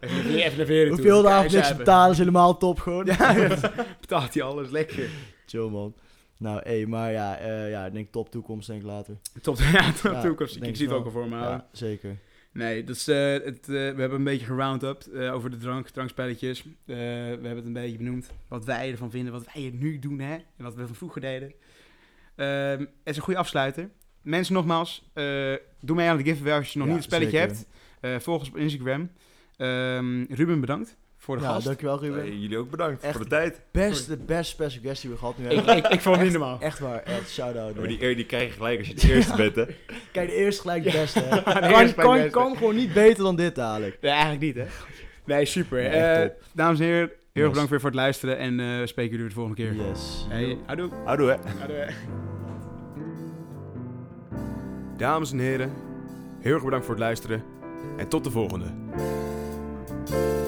[SPEAKER 1] Even weer- even naar veren toe.
[SPEAKER 2] Hoeveel de avond niks te
[SPEAKER 1] Keizuipen.
[SPEAKER 2] betalen is helemaal top gewoon.
[SPEAKER 1] Ja, dat betaalt hij alles lekker.
[SPEAKER 2] Chill man. Nou, hé, maar ja, eh, ja, ik denk top toekomst denk ik later.
[SPEAKER 1] Top, ja, top
[SPEAKER 2] Ja,
[SPEAKER 1] toekomst. Ik
[SPEAKER 2] denk
[SPEAKER 1] zie het
[SPEAKER 2] wel.
[SPEAKER 1] ook al voor me. houden.
[SPEAKER 2] Ja, zeker.
[SPEAKER 1] Nee, dat is, eh, het, eh, we hebben een beetje geround-up eh, over de drank, drankspelletjes. Eh, we hebben het een beetje benoemd. Wat wij ervan vinden, wat wij er nu doen, hè. En wat we van vroeger deden. Ehm, het is een goede afsluiter. Mensen, nogmaals, eh, doe mee aan de giveaway als je nog
[SPEAKER 2] Ja,
[SPEAKER 1] niet het spelletje
[SPEAKER 2] zeker.
[SPEAKER 1] hebt. Eh volg ons op Instagram. Ehm, Ruben, bedankt voor de
[SPEAKER 2] Ja,
[SPEAKER 1] gast.
[SPEAKER 2] Nou, dankjewel Ruben.
[SPEAKER 3] Hey, jullie ook bedankt
[SPEAKER 2] Echt.
[SPEAKER 3] voor de tijd.
[SPEAKER 2] Best, de best special guest die we gehad nu
[SPEAKER 4] ik,
[SPEAKER 2] hebben.
[SPEAKER 4] ik, ik vond het niet normaal.
[SPEAKER 2] Echt waar, echt
[SPEAKER 1] Oh,
[SPEAKER 2] shout-out.
[SPEAKER 3] Ja, maar
[SPEAKER 2] man.
[SPEAKER 3] die eer die krijg je gelijk als je de eerste bent, hè?
[SPEAKER 2] Kijk, de eerste gelijk de beste. hè.
[SPEAKER 1] de eerste
[SPEAKER 2] kan,
[SPEAKER 1] gelijk de
[SPEAKER 2] kan,
[SPEAKER 1] beste.
[SPEAKER 2] kan gewoon niet beter dan dit dadelijk.
[SPEAKER 1] Nee, eigenlijk niet, hè. Nee, super.
[SPEAKER 2] Nee, echt
[SPEAKER 1] Eh, dames en heren, heel erg
[SPEAKER 2] Yes.
[SPEAKER 1] bedankt weer voor het luisteren. En eh, we spreken jullie de volgende keer.
[SPEAKER 2] Yes.
[SPEAKER 1] Hey, houdoe.
[SPEAKER 3] Houdoe, hè?
[SPEAKER 1] Houdoe.
[SPEAKER 5] Dames en heren, heel erg bedankt voor het luisteren en tot de volgende.